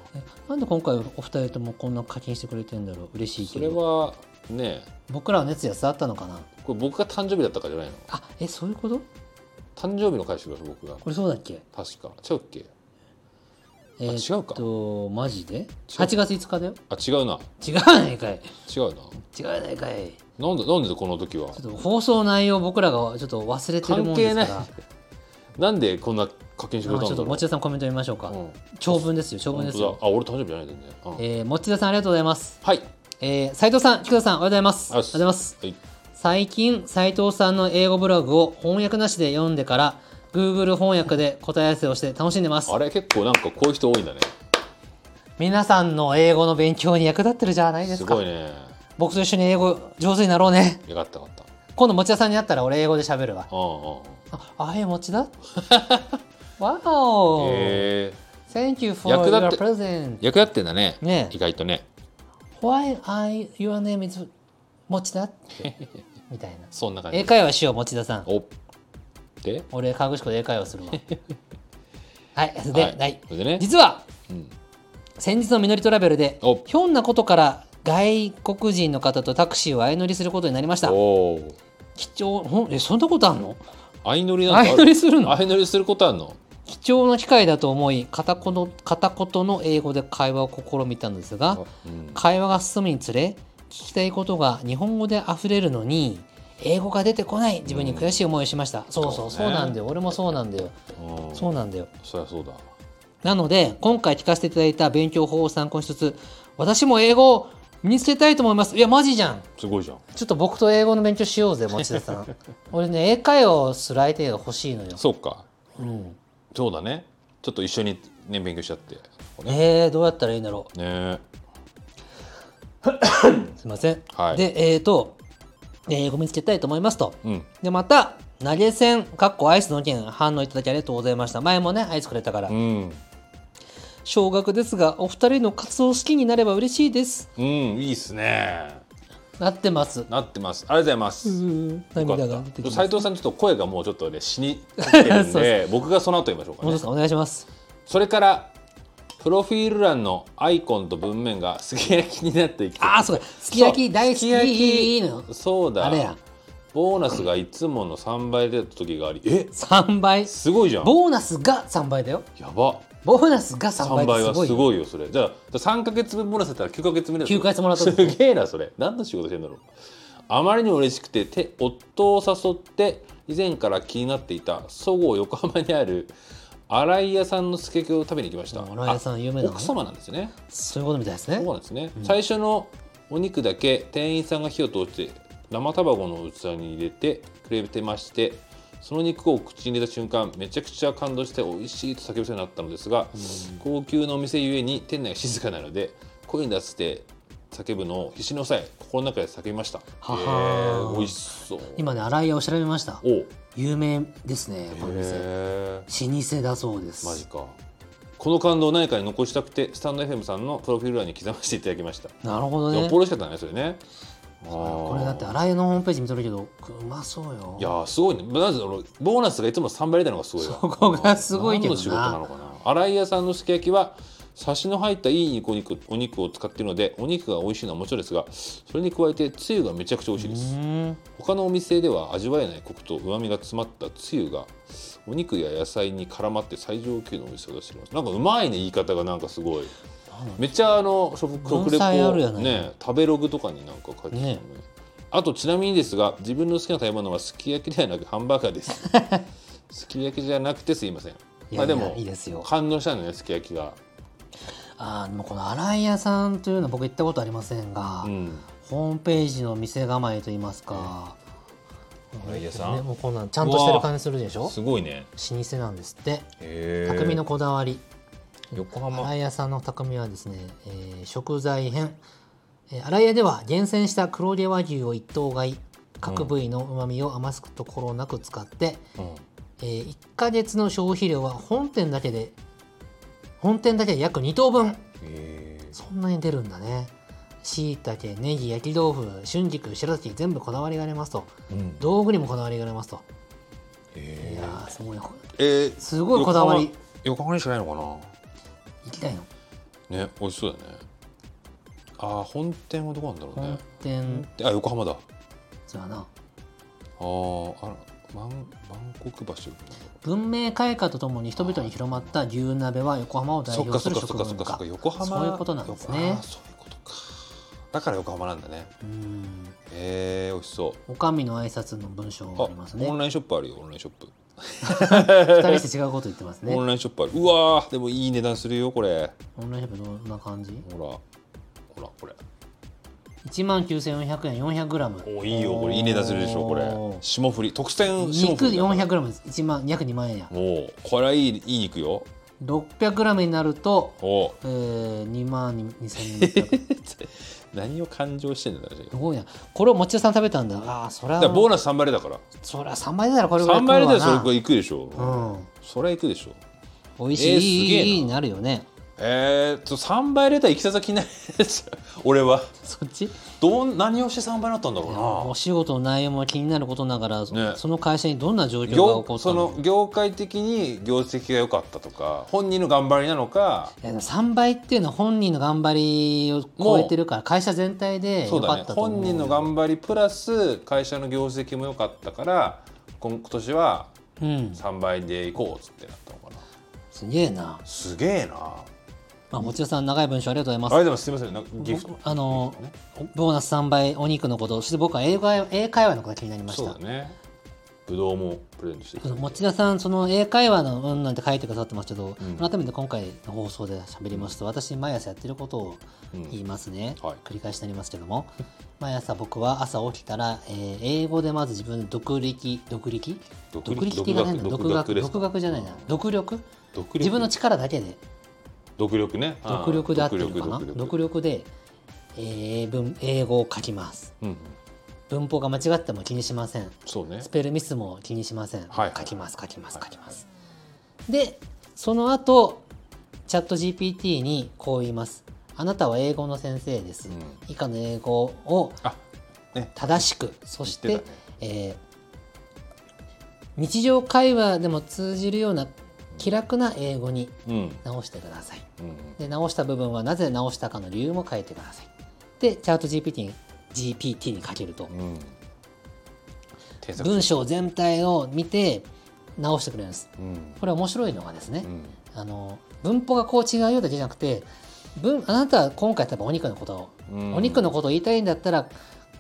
[SPEAKER 1] なんで今回お二人ともこんな課金してくれてるんだろう嬉しい
[SPEAKER 2] そ
[SPEAKER 1] け
[SPEAKER 2] れ
[SPEAKER 1] ど
[SPEAKER 2] はね
[SPEAKER 1] 僕らの熱意は伝わったのかな
[SPEAKER 2] これ僕が誕生日だったからじゃないの
[SPEAKER 1] あえそういうこと
[SPEAKER 2] 誕生日の会社でしょ僕が
[SPEAKER 1] これそうだっけ
[SPEAKER 2] 確か違うっけ
[SPEAKER 1] えー
[SPEAKER 2] 違う
[SPEAKER 1] っ
[SPEAKER 2] か
[SPEAKER 1] とマジで8月5日だよ
[SPEAKER 2] あ違うな
[SPEAKER 1] 違うやないかい
[SPEAKER 2] 違うな
[SPEAKER 1] 違うやないかい
[SPEAKER 2] なんでなんでこの時は
[SPEAKER 1] ちょっと放送内容僕らがちょっと忘れてるもんですから
[SPEAKER 2] 関 なんでこんな課金してく
[SPEAKER 1] ま
[SPEAKER 2] れ
[SPEAKER 1] あ
[SPEAKER 2] た
[SPEAKER 1] ちょ
[SPEAKER 2] ん
[SPEAKER 1] っ
[SPEAKER 2] だ
[SPEAKER 1] と
[SPEAKER 2] ろ
[SPEAKER 1] 持田さんコメント見ましょうか、
[SPEAKER 2] う、うん、
[SPEAKER 1] 長文ですよ長文
[SPEAKER 2] 本
[SPEAKER 1] です
[SPEAKER 2] 当
[SPEAKER 1] よ
[SPEAKER 2] だあ俺誕生日じゃないんだよね、うん
[SPEAKER 1] えー、持田さんありがとうございます。
[SPEAKER 2] はい
[SPEAKER 1] えー、斉藤さん、菊田さん、おはようございます。おは
[SPEAKER 2] あよ
[SPEAKER 1] よ
[SPEAKER 2] し
[SPEAKER 1] うございます。
[SPEAKER 2] はい
[SPEAKER 1] 最近、斉藤さんの英語ブログを翻訳なしで読んでから、Google 翻訳で答え合わせをして楽しんでます
[SPEAKER 2] あ。れ結構なんかこういう人多いんだね
[SPEAKER 1] 皆さんの英語の勉強に役立ってるじゃないです
[SPEAKER 2] す
[SPEAKER 1] か。
[SPEAKER 2] ごいね
[SPEAKER 1] 僕と一緒に英語上手になろうね。
[SPEAKER 2] よかったよかった
[SPEAKER 1] 今度、持田さんに会ったら俺英語で喋るわ。
[SPEAKER 2] うんうん
[SPEAKER 1] あ、あへ、持田 わお、
[SPEAKER 2] え
[SPEAKER 1] Thank you for
[SPEAKER 2] 役
[SPEAKER 1] your
[SPEAKER 2] 立って
[SPEAKER 1] present.
[SPEAKER 2] ー、役立ってんだね
[SPEAKER 1] ねえ
[SPEAKER 2] 意外とね
[SPEAKER 1] Why I, your name is 持 田ってみたいな。
[SPEAKER 2] そんな感じ
[SPEAKER 1] 英会話しよう持田さん
[SPEAKER 2] おで
[SPEAKER 1] 俺河口湖で英会話す るわはいで、
[SPEAKER 2] はい
[SPEAKER 1] はい
[SPEAKER 2] それでね
[SPEAKER 1] 実は
[SPEAKER 2] うん
[SPEAKER 1] 先日の実りトラベルで
[SPEAKER 2] お
[SPEAKER 1] ひょんなことから外国人の方とタクシーを相乗りすることになりました
[SPEAKER 2] おー
[SPEAKER 1] 貴重ほんえそんなことあんの
[SPEAKER 2] 相乗りなんて
[SPEAKER 1] 相
[SPEAKER 2] あ
[SPEAKER 1] 乗
[SPEAKER 2] る
[SPEAKER 1] りするの
[SPEAKER 2] 相乗りすることあるの
[SPEAKER 1] 貴重な機会だと思い片言の片言の英語で会話を試みたんですが
[SPEAKER 2] うん
[SPEAKER 1] 会話が進むにつれ聞きたいことが日本語で溢れるのに英語が出てこない自分に悔しい思いをしました、そうそう
[SPEAKER 2] そう
[SPEAKER 1] そう
[SPEAKER 2] ね
[SPEAKER 1] なんだよ俺もそうなんだよ
[SPEAKER 2] うん
[SPEAKER 1] そうなんだよ
[SPEAKER 2] そりゃそうだ
[SPEAKER 1] なので、今回聞かせていただいた勉強法を参考にしつつ、私も英語を身につけたいと思います。いや、マジじゃん。
[SPEAKER 2] すごいじゃん
[SPEAKER 1] ちょっと僕と英語の勉強しようぜ、持田さ ん。俺ね、英会話をする相手が欲しいのよ。
[SPEAKER 2] そうか
[SPEAKER 1] うん。
[SPEAKER 2] そうだねちょっと一緒にね勉強しちゃってね
[SPEAKER 1] えー、どうやったらいいんだろ
[SPEAKER 2] ね
[SPEAKER 1] う。すいません。
[SPEAKER 2] はい
[SPEAKER 1] で、えーと、英語見つけたいと思いますと。
[SPEAKER 2] うん
[SPEAKER 1] で、また、投げ銭、かっこアイスの件、反応いただきありがとうございました。前もね、アイスくれたから
[SPEAKER 2] う。ん
[SPEAKER 1] 少額ですが、お二人の活動を好きになれば嬉しいです。
[SPEAKER 2] うんいいっすね
[SPEAKER 1] なってます。
[SPEAKER 2] なってますありがとうございます、
[SPEAKER 1] うん、涙が出てきます
[SPEAKER 2] 斉。藤さんちょっと声がもうちょっとね死 にかけてるん
[SPEAKER 1] そう
[SPEAKER 2] で僕がその後言いましょうか
[SPEAKER 1] 本当
[SPEAKER 2] ね
[SPEAKER 1] ですかお願いします。
[SPEAKER 2] それからプロフィール欄のアイコンと文面がすき焼きになっていき
[SPEAKER 1] ああ、そうか。すき焼き大好き。
[SPEAKER 2] すき焼き
[SPEAKER 1] いいの。
[SPEAKER 2] そうだ
[SPEAKER 1] あれや。
[SPEAKER 2] ボーナスがいつもの3倍出た時がありえ
[SPEAKER 1] 3倍。
[SPEAKER 2] すごいじゃん
[SPEAKER 1] ボーナスが3倍だよ。
[SPEAKER 2] やば
[SPEAKER 1] ボーナスが3
[SPEAKER 2] 3
[SPEAKER 1] 倍
[SPEAKER 2] 倍
[SPEAKER 1] っ
[SPEAKER 2] は
[SPEAKER 1] てすご
[SPEAKER 2] す
[SPEAKER 1] いよ。
[SPEAKER 2] ごいよそれじゃあ3か月分もらせたら9か月目だ
[SPEAKER 1] 9ヶ月もらった
[SPEAKER 2] す
[SPEAKER 1] んだ
[SPEAKER 2] げえなそれ何の仕事してんだろうあまりにも嬉しくてて夫を誘って以前から気になっていたそごう横浜にある新井屋さんのすけきを食べに行きました
[SPEAKER 1] 新井屋さん有名
[SPEAKER 2] あ
[SPEAKER 1] なの
[SPEAKER 2] 奥様なんですね
[SPEAKER 1] そういうことみたいです
[SPEAKER 2] そ
[SPEAKER 1] ね
[SPEAKER 2] う。なんですね、最初のお肉だけ店員さんが火を通して生タバコの器に入れてくれてましてその肉を口に入れた瞬間めちゃくちゃ感動して美味しいと叫びそうになったのですが、高級のお店ゆえに店内が静かなので声に出して叫ぶのを必死に抑え心の中で叫びました
[SPEAKER 1] はは
[SPEAKER 2] へえ美味しそう
[SPEAKER 1] 今ね、新井屋を調べました。
[SPEAKER 2] おへ
[SPEAKER 1] 有名ですね、この店。
[SPEAKER 2] え
[SPEAKER 1] 老舗だそうで
[SPEAKER 2] マジ
[SPEAKER 1] す。
[SPEAKER 2] かこの感動を何かに残したくてスタンド FM さんのプロフィール欄に刻ませていただきました
[SPEAKER 1] なるほど
[SPEAKER 2] でも
[SPEAKER 1] ね。
[SPEAKER 2] ポロしかったねそれね
[SPEAKER 1] こ
[SPEAKER 2] こ
[SPEAKER 1] れだって新井屋のホームページ見とるけど、うまそうよ。
[SPEAKER 2] いやーすごいねまずあのボーナスがいつも3倍出たのがすごいわ
[SPEAKER 1] そこがすごいけどな
[SPEAKER 2] 何の仕事なのかな新井屋さんのすき焼きはサシの入ったいいお肉お肉を使っているのでお肉が美味しいのはもちろんですがそれに加えてつゆがめちゃくちゃ美味しいで
[SPEAKER 1] う
[SPEAKER 2] す
[SPEAKER 1] ーん。
[SPEAKER 2] 他のお店では味わえないコクとうまみが詰まったつゆがお肉や野菜に絡まって最上級の美味しさを出していますなんかうまいね言い方がなんかすごいめっちゃあの食食レ
[SPEAKER 1] 文才あるや
[SPEAKER 2] ポ
[SPEAKER 1] ない
[SPEAKER 2] ね食べログとかになんか書いてたね
[SPEAKER 1] ね
[SPEAKER 2] あとちなみにですが自分の好きな食べ物はすき焼きではなくハンバーガーです すき焼きじゃなくてすいません
[SPEAKER 1] いや
[SPEAKER 2] まあ
[SPEAKER 1] い
[SPEAKER 2] で
[SPEAKER 1] や
[SPEAKER 2] も
[SPEAKER 1] いいですよ。
[SPEAKER 2] 感動したんだねすき焼きが
[SPEAKER 1] あーでもこの新井屋さんというのは僕行ったことありませんが
[SPEAKER 2] う、ん
[SPEAKER 1] ホームページの店構えといいますか。
[SPEAKER 2] 新井屋さ
[SPEAKER 1] ね、
[SPEAKER 2] ん
[SPEAKER 1] もうこんなんちゃんとしてる感じするでしょ
[SPEAKER 2] すごいね
[SPEAKER 1] 老舗なんですって
[SPEAKER 2] へー
[SPEAKER 1] 匠のこだわり
[SPEAKER 2] 横浜
[SPEAKER 1] 新井屋さんの匠はですね、えー食材編、えー、新井屋では厳選した黒毛和牛を一頭買い各部位のうまみを余すところなく使って、
[SPEAKER 2] うん
[SPEAKER 1] えー1ヶ月の消費量は本店だけで本店だけで約2等分
[SPEAKER 2] えー
[SPEAKER 1] そんなに出るんだねしいたけネギ焼き豆腐春菊白滝全部こだわりがありますと
[SPEAKER 2] うん
[SPEAKER 1] 道具にもこだわりがありますとい
[SPEAKER 2] え
[SPEAKER 1] やーすごいな
[SPEAKER 2] ーえー
[SPEAKER 1] すごいこだわり
[SPEAKER 2] 横浜横浜にしかないの
[SPEAKER 1] 行きたいの
[SPEAKER 2] かなね美味しそうだねあー本店はどこなんだろうね
[SPEAKER 1] 本店
[SPEAKER 2] あ横浜だあ
[SPEAKER 1] そうやな
[SPEAKER 2] ーあらバンバンコク橋
[SPEAKER 1] 文明開化とともに人々に広まった牛鍋は横浜を代
[SPEAKER 2] そっ
[SPEAKER 1] 表
[SPEAKER 2] か
[SPEAKER 1] す
[SPEAKER 2] そ
[SPEAKER 1] る
[SPEAKER 2] っかそ
[SPEAKER 1] 食
[SPEAKER 2] っ
[SPEAKER 1] 文
[SPEAKER 2] かそっかそ
[SPEAKER 1] 化
[SPEAKER 2] っか横浜
[SPEAKER 1] そういうことなんですね
[SPEAKER 2] 横浜そういうことかだから横浜なんだね
[SPEAKER 1] うん
[SPEAKER 2] えー、美味しそう
[SPEAKER 1] おかみの挨拶の文章
[SPEAKER 2] あ
[SPEAKER 1] があります
[SPEAKER 2] オン
[SPEAKER 1] ね
[SPEAKER 2] ラインショップあるよオンラインショップ、
[SPEAKER 1] 二人して違うこと言ってますね
[SPEAKER 2] オンラインショップあるうわーでもいい値段するよこれ
[SPEAKER 1] オンラインショップどんな感じ
[SPEAKER 2] ほらほらこれ
[SPEAKER 1] 1万9400円 400g
[SPEAKER 2] おいいよこれいい値段するでしょこれ霜降り特選霜
[SPEAKER 1] 肉
[SPEAKER 2] 降りだから
[SPEAKER 1] 400g です1万約2万円や
[SPEAKER 2] もうこれはいいいい肉よ
[SPEAKER 1] 600g になると、
[SPEAKER 2] おう
[SPEAKER 1] えー、2万2600円
[SPEAKER 2] 何を感情してんだよ
[SPEAKER 1] すごいなこれをもちろさん食べたんだああそり
[SPEAKER 2] だ
[SPEAKER 1] ゃ
[SPEAKER 2] からボーナス3倍だから
[SPEAKER 1] そりゃ3倍だからこれぐらい
[SPEAKER 2] 3倍だよそれ
[SPEAKER 1] 食
[SPEAKER 2] これ
[SPEAKER 1] う
[SPEAKER 2] いくでしょ、
[SPEAKER 1] わ
[SPEAKER 2] それはいくでしょ
[SPEAKER 1] なうん美味
[SPEAKER 2] えー
[SPEAKER 1] しい、
[SPEAKER 2] すげえな
[SPEAKER 1] になるよね
[SPEAKER 2] えー、と3倍入れたら行き先ないですよ俺は
[SPEAKER 1] そっち
[SPEAKER 2] どう何をして3倍になったんだろ
[SPEAKER 1] お仕事の内容も気になることながらそ,、
[SPEAKER 2] ね
[SPEAKER 1] の会社にどんな状
[SPEAKER 2] う
[SPEAKER 1] 況
[SPEAKER 2] な
[SPEAKER 1] が起こ
[SPEAKER 2] 業
[SPEAKER 1] った
[SPEAKER 2] その
[SPEAKER 1] の
[SPEAKER 2] 業界的に業績が良かったとか本人の頑張りなのか
[SPEAKER 1] いや3倍っていうのは本人の頑張りを超えてるから会社全体で
[SPEAKER 2] そ
[SPEAKER 1] 良
[SPEAKER 2] う
[SPEAKER 1] か
[SPEAKER 2] だね
[SPEAKER 1] ったと思う
[SPEAKER 2] 本人の頑張りプラス会社の業績も良かったから今今年は
[SPEAKER 1] うん
[SPEAKER 2] 3倍で行こうっつってなったのかな
[SPEAKER 1] すげえな、
[SPEAKER 2] すげえなあ
[SPEAKER 1] まあ、もちろさん長い文章ありがとうございま
[SPEAKER 2] あれでもすみませんなんかギフ
[SPEAKER 1] す
[SPEAKER 2] ト
[SPEAKER 1] あのボーナス3倍お肉のことそして僕は英会英会話のことが気になりまし
[SPEAKER 2] そう
[SPEAKER 1] た
[SPEAKER 2] だねぶどうもプレゼントしていただいて
[SPEAKER 1] 持田さんその英会話のうんなんて書いてくださってますけど、
[SPEAKER 2] うん
[SPEAKER 1] 改めて今回の放送で喋りますと私毎朝やってることを
[SPEAKER 2] うん
[SPEAKER 1] 言いますね、
[SPEAKER 2] はい
[SPEAKER 1] 繰り返しになりますけども 毎朝僕は朝起きたら、えー英語でまず自分で独力独力
[SPEAKER 2] 独
[SPEAKER 1] 独
[SPEAKER 2] 力
[SPEAKER 1] 力系がないんだ
[SPEAKER 2] 独
[SPEAKER 1] 独
[SPEAKER 2] 学
[SPEAKER 1] 学
[SPEAKER 2] 独学ですか
[SPEAKER 1] 独学じゃないな独力
[SPEAKER 2] 独力
[SPEAKER 1] 自分の力だけで
[SPEAKER 2] 独力ねあー
[SPEAKER 1] 独力であってるのかな
[SPEAKER 2] 独力
[SPEAKER 1] 独力で、えー文英語を書きます
[SPEAKER 2] うんうん
[SPEAKER 1] 文法が間違っても気にしません
[SPEAKER 2] そうね
[SPEAKER 1] スペルミスも気にしません。
[SPEAKER 2] はい
[SPEAKER 1] 書きます書きます
[SPEAKER 2] は
[SPEAKER 1] 書
[SPEAKER 2] い
[SPEAKER 1] きます。でその後チャット GPT にこう言います。あなたは英語の先生です。
[SPEAKER 2] うん
[SPEAKER 1] 以下の英語を
[SPEAKER 2] あね
[SPEAKER 1] 正しくそして
[SPEAKER 2] 言ってたね
[SPEAKER 1] えー日常会話でも通じるような気楽な英語に
[SPEAKER 2] うん
[SPEAKER 1] 直してください。
[SPEAKER 2] うん
[SPEAKER 1] で直した部分はなぜ直したかの理由も書いてください。でチャット GPT に GPT にかけると。
[SPEAKER 2] うん添削
[SPEAKER 1] 文章全体を見て直してくれるんです。
[SPEAKER 2] うん
[SPEAKER 1] これ面白いのがですね
[SPEAKER 2] う、ん
[SPEAKER 1] あの文法がこう違うようだけじゃなくて文あなたは今回例えばお肉のことを、
[SPEAKER 2] うん
[SPEAKER 1] お肉のことを言いたいんだったら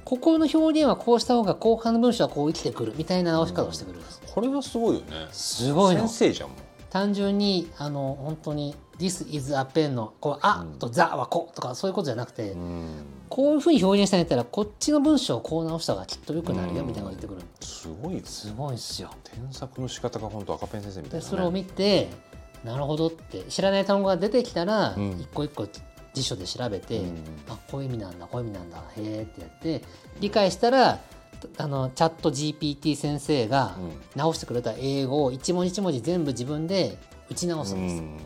[SPEAKER 1] ここの表現はこうした方が後半の文章はこう生きてくるみたいな直し方をしてくれるんです。
[SPEAKER 2] これはすごいよね
[SPEAKER 1] すごいの
[SPEAKER 2] 先生じゃんもう
[SPEAKER 1] 単純にあの本当に「This is a pen」の「こうあ」と「the」はこうとかそういうことじゃなくて、
[SPEAKER 2] うん
[SPEAKER 1] こういうふうに表現したいんだったらこっちの文章をこう直した方がきっと良くなるよ
[SPEAKER 2] うん
[SPEAKER 1] みたいなこと言ってくる。
[SPEAKER 2] すごいよね
[SPEAKER 1] すごいっすよ。
[SPEAKER 2] 添削の仕方が本当赤ペン先生みた
[SPEAKER 1] で
[SPEAKER 2] いなね
[SPEAKER 1] それを見てなるほどって知らない単語が出てきたら、
[SPEAKER 2] うん
[SPEAKER 1] 一個一個辞書で調べて、
[SPEAKER 2] うん
[SPEAKER 1] あこういう意味なんだこういう意味なんだへえってやって理解したらあのチャット GPT 先生が
[SPEAKER 2] うん
[SPEAKER 1] 直してくれた英語を一文字一文字全部自分で打ち直す
[SPEAKER 2] うん
[SPEAKER 1] です。
[SPEAKER 2] ん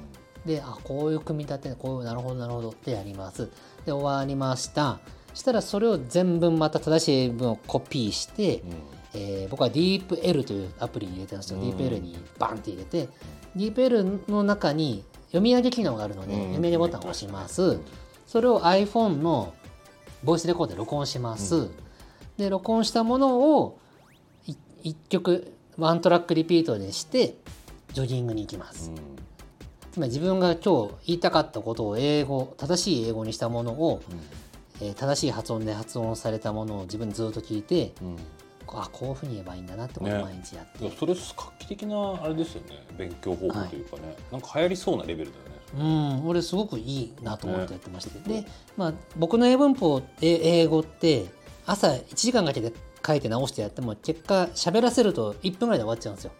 [SPEAKER 1] であこういう組み立てこういうなるほどなるほどってやります。で終わりました。したらそれを全文また正しい文をコピーして、
[SPEAKER 2] うん
[SPEAKER 1] えー僕は DeepL というアプリに入れてるんですよ、
[SPEAKER 2] うん
[SPEAKER 1] DeepL にバンって入れて DeepL の中に読み上げ機能があるので、
[SPEAKER 2] うん
[SPEAKER 1] 読み上げボタンを押します、それを iPhone のボイスレコーダーで録音します、
[SPEAKER 2] うん
[SPEAKER 1] で録音したものを1曲ワントラックリピートでしてジョギングに行きます、
[SPEAKER 2] う
[SPEAKER 1] つまり自分が今日言いたかったことを英語正しい英語にしたものを、
[SPEAKER 2] ん
[SPEAKER 1] えー正しい発音で発音されたものを自分でずっと聞いて
[SPEAKER 2] うんうん
[SPEAKER 1] あこういうふうに言えばいいんだなってことを
[SPEAKER 2] ね
[SPEAKER 1] 毎日やって、
[SPEAKER 2] いやそれ画期的なあれですよね勉強方法というかね、なんか流行りそうなレベルだよね
[SPEAKER 1] うん俺すごくいいなと思ってやってまして、で、まあ、僕の英文法え英語って朝1時間かけて書いて直してやっても結果喋らせると1分ぐらいで終わっちゃうんですよ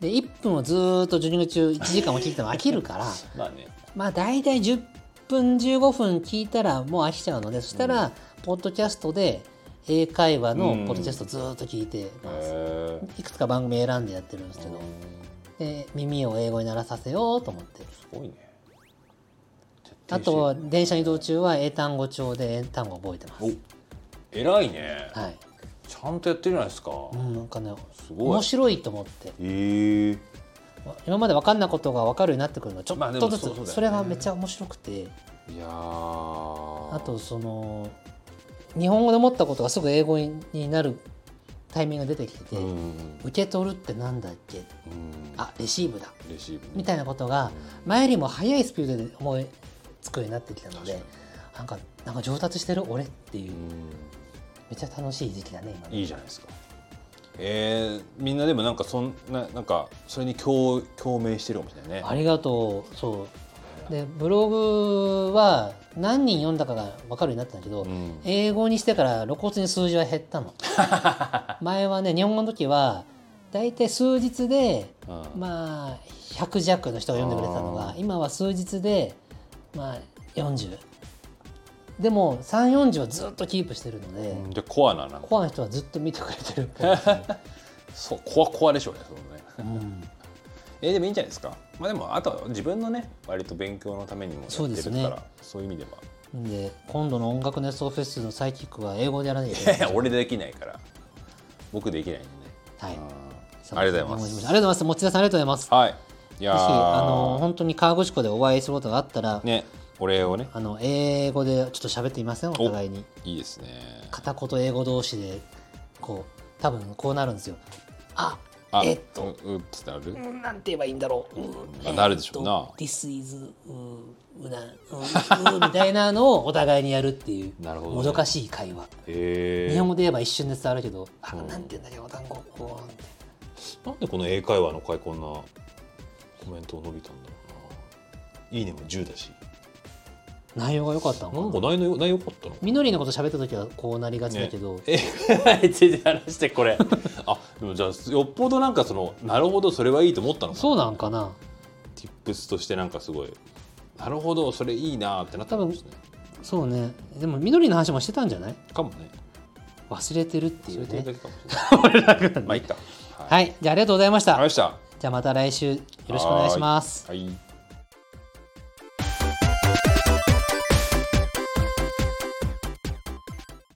[SPEAKER 1] で1分をずーっとジョギング中1時間も聞いてても飽きるから
[SPEAKER 2] まあね
[SPEAKER 1] まあ大体10分15分聞いたらもう飽きちゃうのでそしたらポッドキャストで、英会話のポッドキャストずーっと聞いてます。
[SPEAKER 2] え
[SPEAKER 1] いくつか番組選んでやってるんですけど、で耳を英語にならさせようと思って。
[SPEAKER 2] すごいね
[SPEAKER 1] あとは電車移動中は英単語帳で英単語覚えてます。
[SPEAKER 2] お偉いね
[SPEAKER 1] はい。
[SPEAKER 2] ちゃんとやってるじゃないですか
[SPEAKER 1] うん、なんかね、
[SPEAKER 2] すご
[SPEAKER 1] 面
[SPEAKER 2] い
[SPEAKER 1] 白いと思って。
[SPEAKER 2] ええ
[SPEAKER 1] 今まで分かんなことが分かるようになってくるのはちょ
[SPEAKER 2] まあ
[SPEAKER 1] っ
[SPEAKER 2] で
[SPEAKER 1] と
[SPEAKER 2] も
[SPEAKER 1] ずつ、
[SPEAKER 2] そう
[SPEAKER 1] そ
[SPEAKER 2] そうだよね
[SPEAKER 1] れがめっちゃ面白くて
[SPEAKER 2] いや
[SPEAKER 1] あ
[SPEAKER 2] あ
[SPEAKER 1] とその日本語で思ったことがすぐ英語になるタイミングが出てきてて、
[SPEAKER 2] うん
[SPEAKER 1] 受け取るってなんだっけ
[SPEAKER 2] うん
[SPEAKER 1] あレシーブだ
[SPEAKER 2] レシーブね
[SPEAKER 1] みたいなことが前よりも速いスピードで思いつくようになってきたので
[SPEAKER 2] 確か
[SPEAKER 1] なんかなんか上達してる俺っていう
[SPEAKER 2] に
[SPEAKER 1] めっちゃ楽しい時期だね今
[SPEAKER 2] うんいいじゃないですかえー、みんなでもなんかそんななんかそれに共共鳴してるかもしれないね
[SPEAKER 1] ありがとうそうでブログは何人読んだかが分かるようになったんだけど、
[SPEAKER 2] うん
[SPEAKER 1] 英語にしてから露骨に数字は減った の前はね日本語の時は大体数日で
[SPEAKER 2] うん
[SPEAKER 1] まあ100弱の人が読んでくれてたの
[SPEAKER 2] あ
[SPEAKER 1] が
[SPEAKER 2] ー
[SPEAKER 1] 今は数日でまあ40でも340はずっとキープしてるので、
[SPEAKER 2] うんじゃあコアななんか
[SPEAKER 1] コアな人はずっと見てくれてるっぽいですね、
[SPEAKER 2] そうコアコアでしょうねそのね
[SPEAKER 1] うん
[SPEAKER 2] えーでもいいんじゃないですかまあでもあとは自分のね割と勉強のためにもやって
[SPEAKER 1] そう
[SPEAKER 2] る
[SPEAKER 1] です
[SPEAKER 2] か
[SPEAKER 1] ね
[SPEAKER 2] らそういう意味では
[SPEAKER 1] で今度の音楽熱奏フェスのサイキックは英語でやらなきゃい
[SPEAKER 2] い
[SPEAKER 1] け
[SPEAKER 2] や
[SPEAKER 1] ない
[SPEAKER 2] いや俺できないから僕できないんでね
[SPEAKER 1] はい
[SPEAKER 2] うんありがとうご
[SPEAKER 1] あ
[SPEAKER 2] ざいま
[SPEAKER 1] り
[SPEAKER 2] す
[SPEAKER 1] がとうございます持田さんありがとうございますぜ
[SPEAKER 2] はいいや
[SPEAKER 1] ひ
[SPEAKER 2] ー
[SPEAKER 1] あの本当に河口湖でお会いすることがあったら、
[SPEAKER 2] ねお礼をね
[SPEAKER 1] あの英語でちょっと喋ってみませんお互いに
[SPEAKER 2] いいですね
[SPEAKER 1] 片言英語同士でこう多分こうなるんですよあ
[SPEAKER 2] あ
[SPEAKER 1] えっと
[SPEAKER 2] ううってなる
[SPEAKER 1] うんなんて言えばいいんだろう
[SPEAKER 2] まあなるでしょうな
[SPEAKER 1] 「This is ううなううみたいなのをお互いにやるっていう
[SPEAKER 2] なるほどね
[SPEAKER 1] もどかしい会話
[SPEAKER 2] へ
[SPEAKER 1] 日
[SPEAKER 2] え
[SPEAKER 1] 本語で言えば一瞬で伝わるけど「あ
[SPEAKER 2] うん
[SPEAKER 1] なんて言うんだっけお単語」おーって
[SPEAKER 2] なんでこの英会話の回こんなコメント伸びたんだろうないいねも10だし
[SPEAKER 1] 内容が良かったの
[SPEAKER 2] なん
[SPEAKER 1] か
[SPEAKER 2] か
[SPEAKER 1] な
[SPEAKER 2] 内容内容良かったの
[SPEAKER 1] みのりのこと喋った時はこうなりがちだけど、
[SPEAKER 2] え全然話してこれあでもじゃあよっぽどなんかそのなるほどそれはいいと思ったのかな
[SPEAKER 1] そうなんかな
[SPEAKER 2] Tips としてなんかすごいなるほどそれいいなーってなったかもしれな
[SPEAKER 1] そうねでもみのりの話もしてたんじゃない
[SPEAKER 2] いかもね
[SPEAKER 1] 忘れてるってい
[SPEAKER 2] そうれだ
[SPEAKER 1] ね
[SPEAKER 2] けかも しれないまあいいかはい
[SPEAKER 1] はいじゃあありがとうございました
[SPEAKER 2] ありがとうございました
[SPEAKER 1] じゃあまた来週よろしくお願いします。
[SPEAKER 2] はい